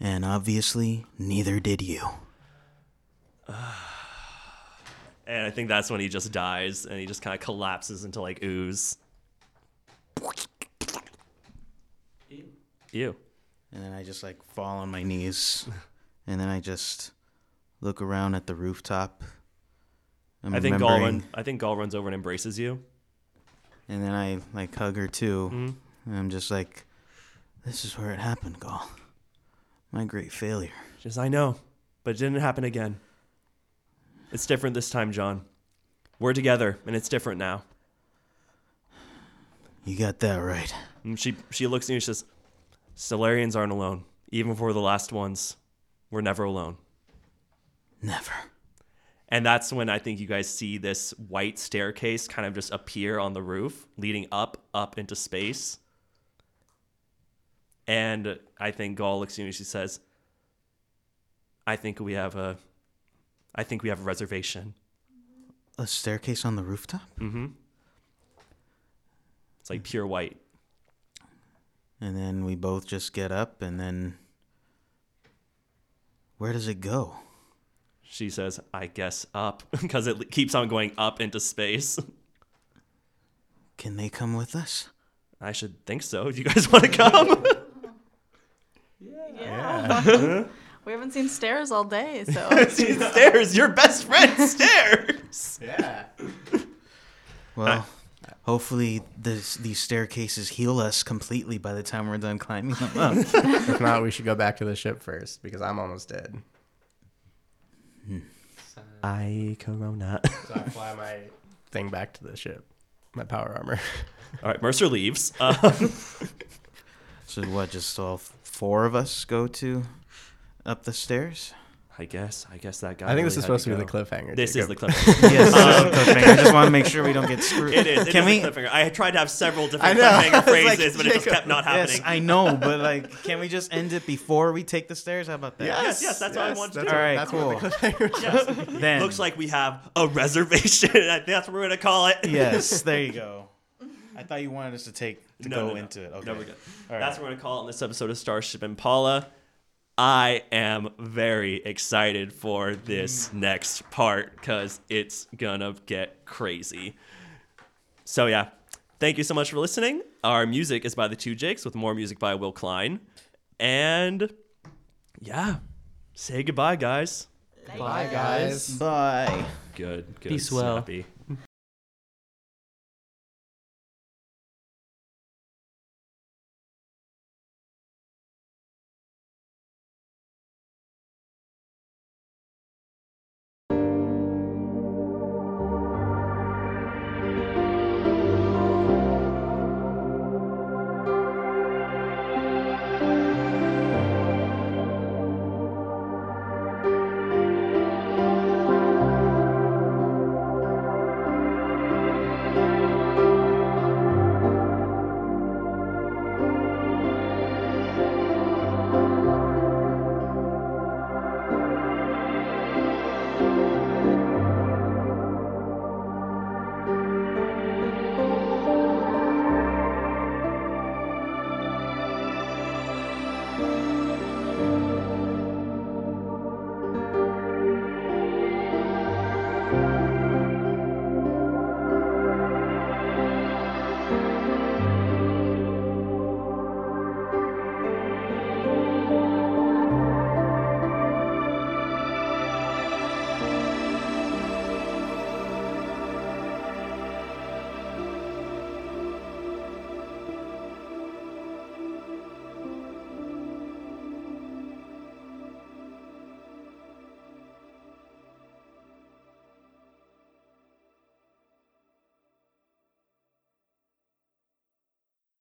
Speaker 4: and obviously, neither did you.
Speaker 1: And I think that's when he just dies and he just kind of collapses into like ooze. Ew.
Speaker 4: And then I just like fall on my knees. And then I just look around at the rooftop. I'm
Speaker 1: I think Gaul
Speaker 4: remembering-
Speaker 1: run, I think Gaul runs over and embraces you.
Speaker 4: And then I like hug her too.
Speaker 1: Mm-hmm.
Speaker 4: And I'm just like, this is where it happened, Gaul. My great failure.
Speaker 1: She says, I know, but it didn't happen again. It's different this time, John. We're together and it's different now.
Speaker 4: You got that right.
Speaker 1: And she she looks at you and she says, Stellarians aren't alone. Even if we're the last ones, we're never alone.
Speaker 4: Never.
Speaker 1: And that's when I think you guys see this white staircase kind of just appear on the roof, leading up, up into space. And I think Gaul looks at you and she says, I think we have a I think we have a reservation.
Speaker 4: A staircase on the rooftop?
Speaker 1: It's like pure white.
Speaker 4: And then we both just get up and then. Where does it go?
Speaker 1: She says, I guess up, because it le- keeps on going up into space.
Speaker 4: Can they come with us?
Speaker 1: I should think so. Do you guys want to come?
Speaker 3: We haven't seen stairs all day, so
Speaker 1: stairs, your best friend, stairs.
Speaker 5: Yeah.
Speaker 4: Well, hopefully this, these staircases heal us completely by the time we're done climbing them up.
Speaker 5: if not, we should go back to the ship first because I'm almost dead.
Speaker 1: I corona.
Speaker 5: So I fly my thing back to the ship, my power armor.
Speaker 1: All right, Mercer leaves. Uh,
Speaker 4: so, what, just all f- four of us go to up the stairs?
Speaker 1: I guess. I guess that guy.
Speaker 5: I think
Speaker 1: really
Speaker 5: this is
Speaker 1: had
Speaker 5: supposed to be the
Speaker 1: go.
Speaker 5: cliffhanger.
Speaker 1: This is the
Speaker 5: Jacob.
Speaker 1: clip.
Speaker 4: Yes, this is a Uh, cliffhanger. I just want to make sure we don't get screwed.
Speaker 1: It is. It
Speaker 4: Can
Speaker 1: is
Speaker 4: we?
Speaker 1: a cliffhanger. I tried to have several
Speaker 5: I
Speaker 1: different
Speaker 5: know. I
Speaker 1: cliffhanger
Speaker 5: was like,
Speaker 1: phrases, but it just
Speaker 5: Jacob,
Speaker 1: kept not
Speaker 4: Yes,
Speaker 1: happening.
Speaker 4: I know, but like, can we just end it before we take the stairs? How about that?
Speaker 1: Yes, yes, that's what I wanted to
Speaker 5: that's
Speaker 1: do.
Speaker 5: what-
Speaker 4: All right,
Speaker 5: that's what the cliffhanger-
Speaker 4: Then
Speaker 1: Looks like we have a reservation. I think that's what we're gonna call it.
Speaker 4: yes. There you go. I thought you wanted us to take to
Speaker 1: No,
Speaker 4: go
Speaker 1: no, no.
Speaker 4: into it. Okay.
Speaker 1: No, we're good. That's
Speaker 4: All right.
Speaker 1: what we're gonna call it in this episode of Starship Impala. I am very excited for
Speaker 4: Mm.
Speaker 1: this next part because it's gonna get crazy. So yeah, thank you so much for listening. Our music is by the Two Jakes with more music by Will Klein, and yeah, say goodbye, guys.
Speaker 5: Bye, guys.
Speaker 4: Bye.
Speaker 1: Good, good.
Speaker 2: Peace well.
Speaker 1: snappy.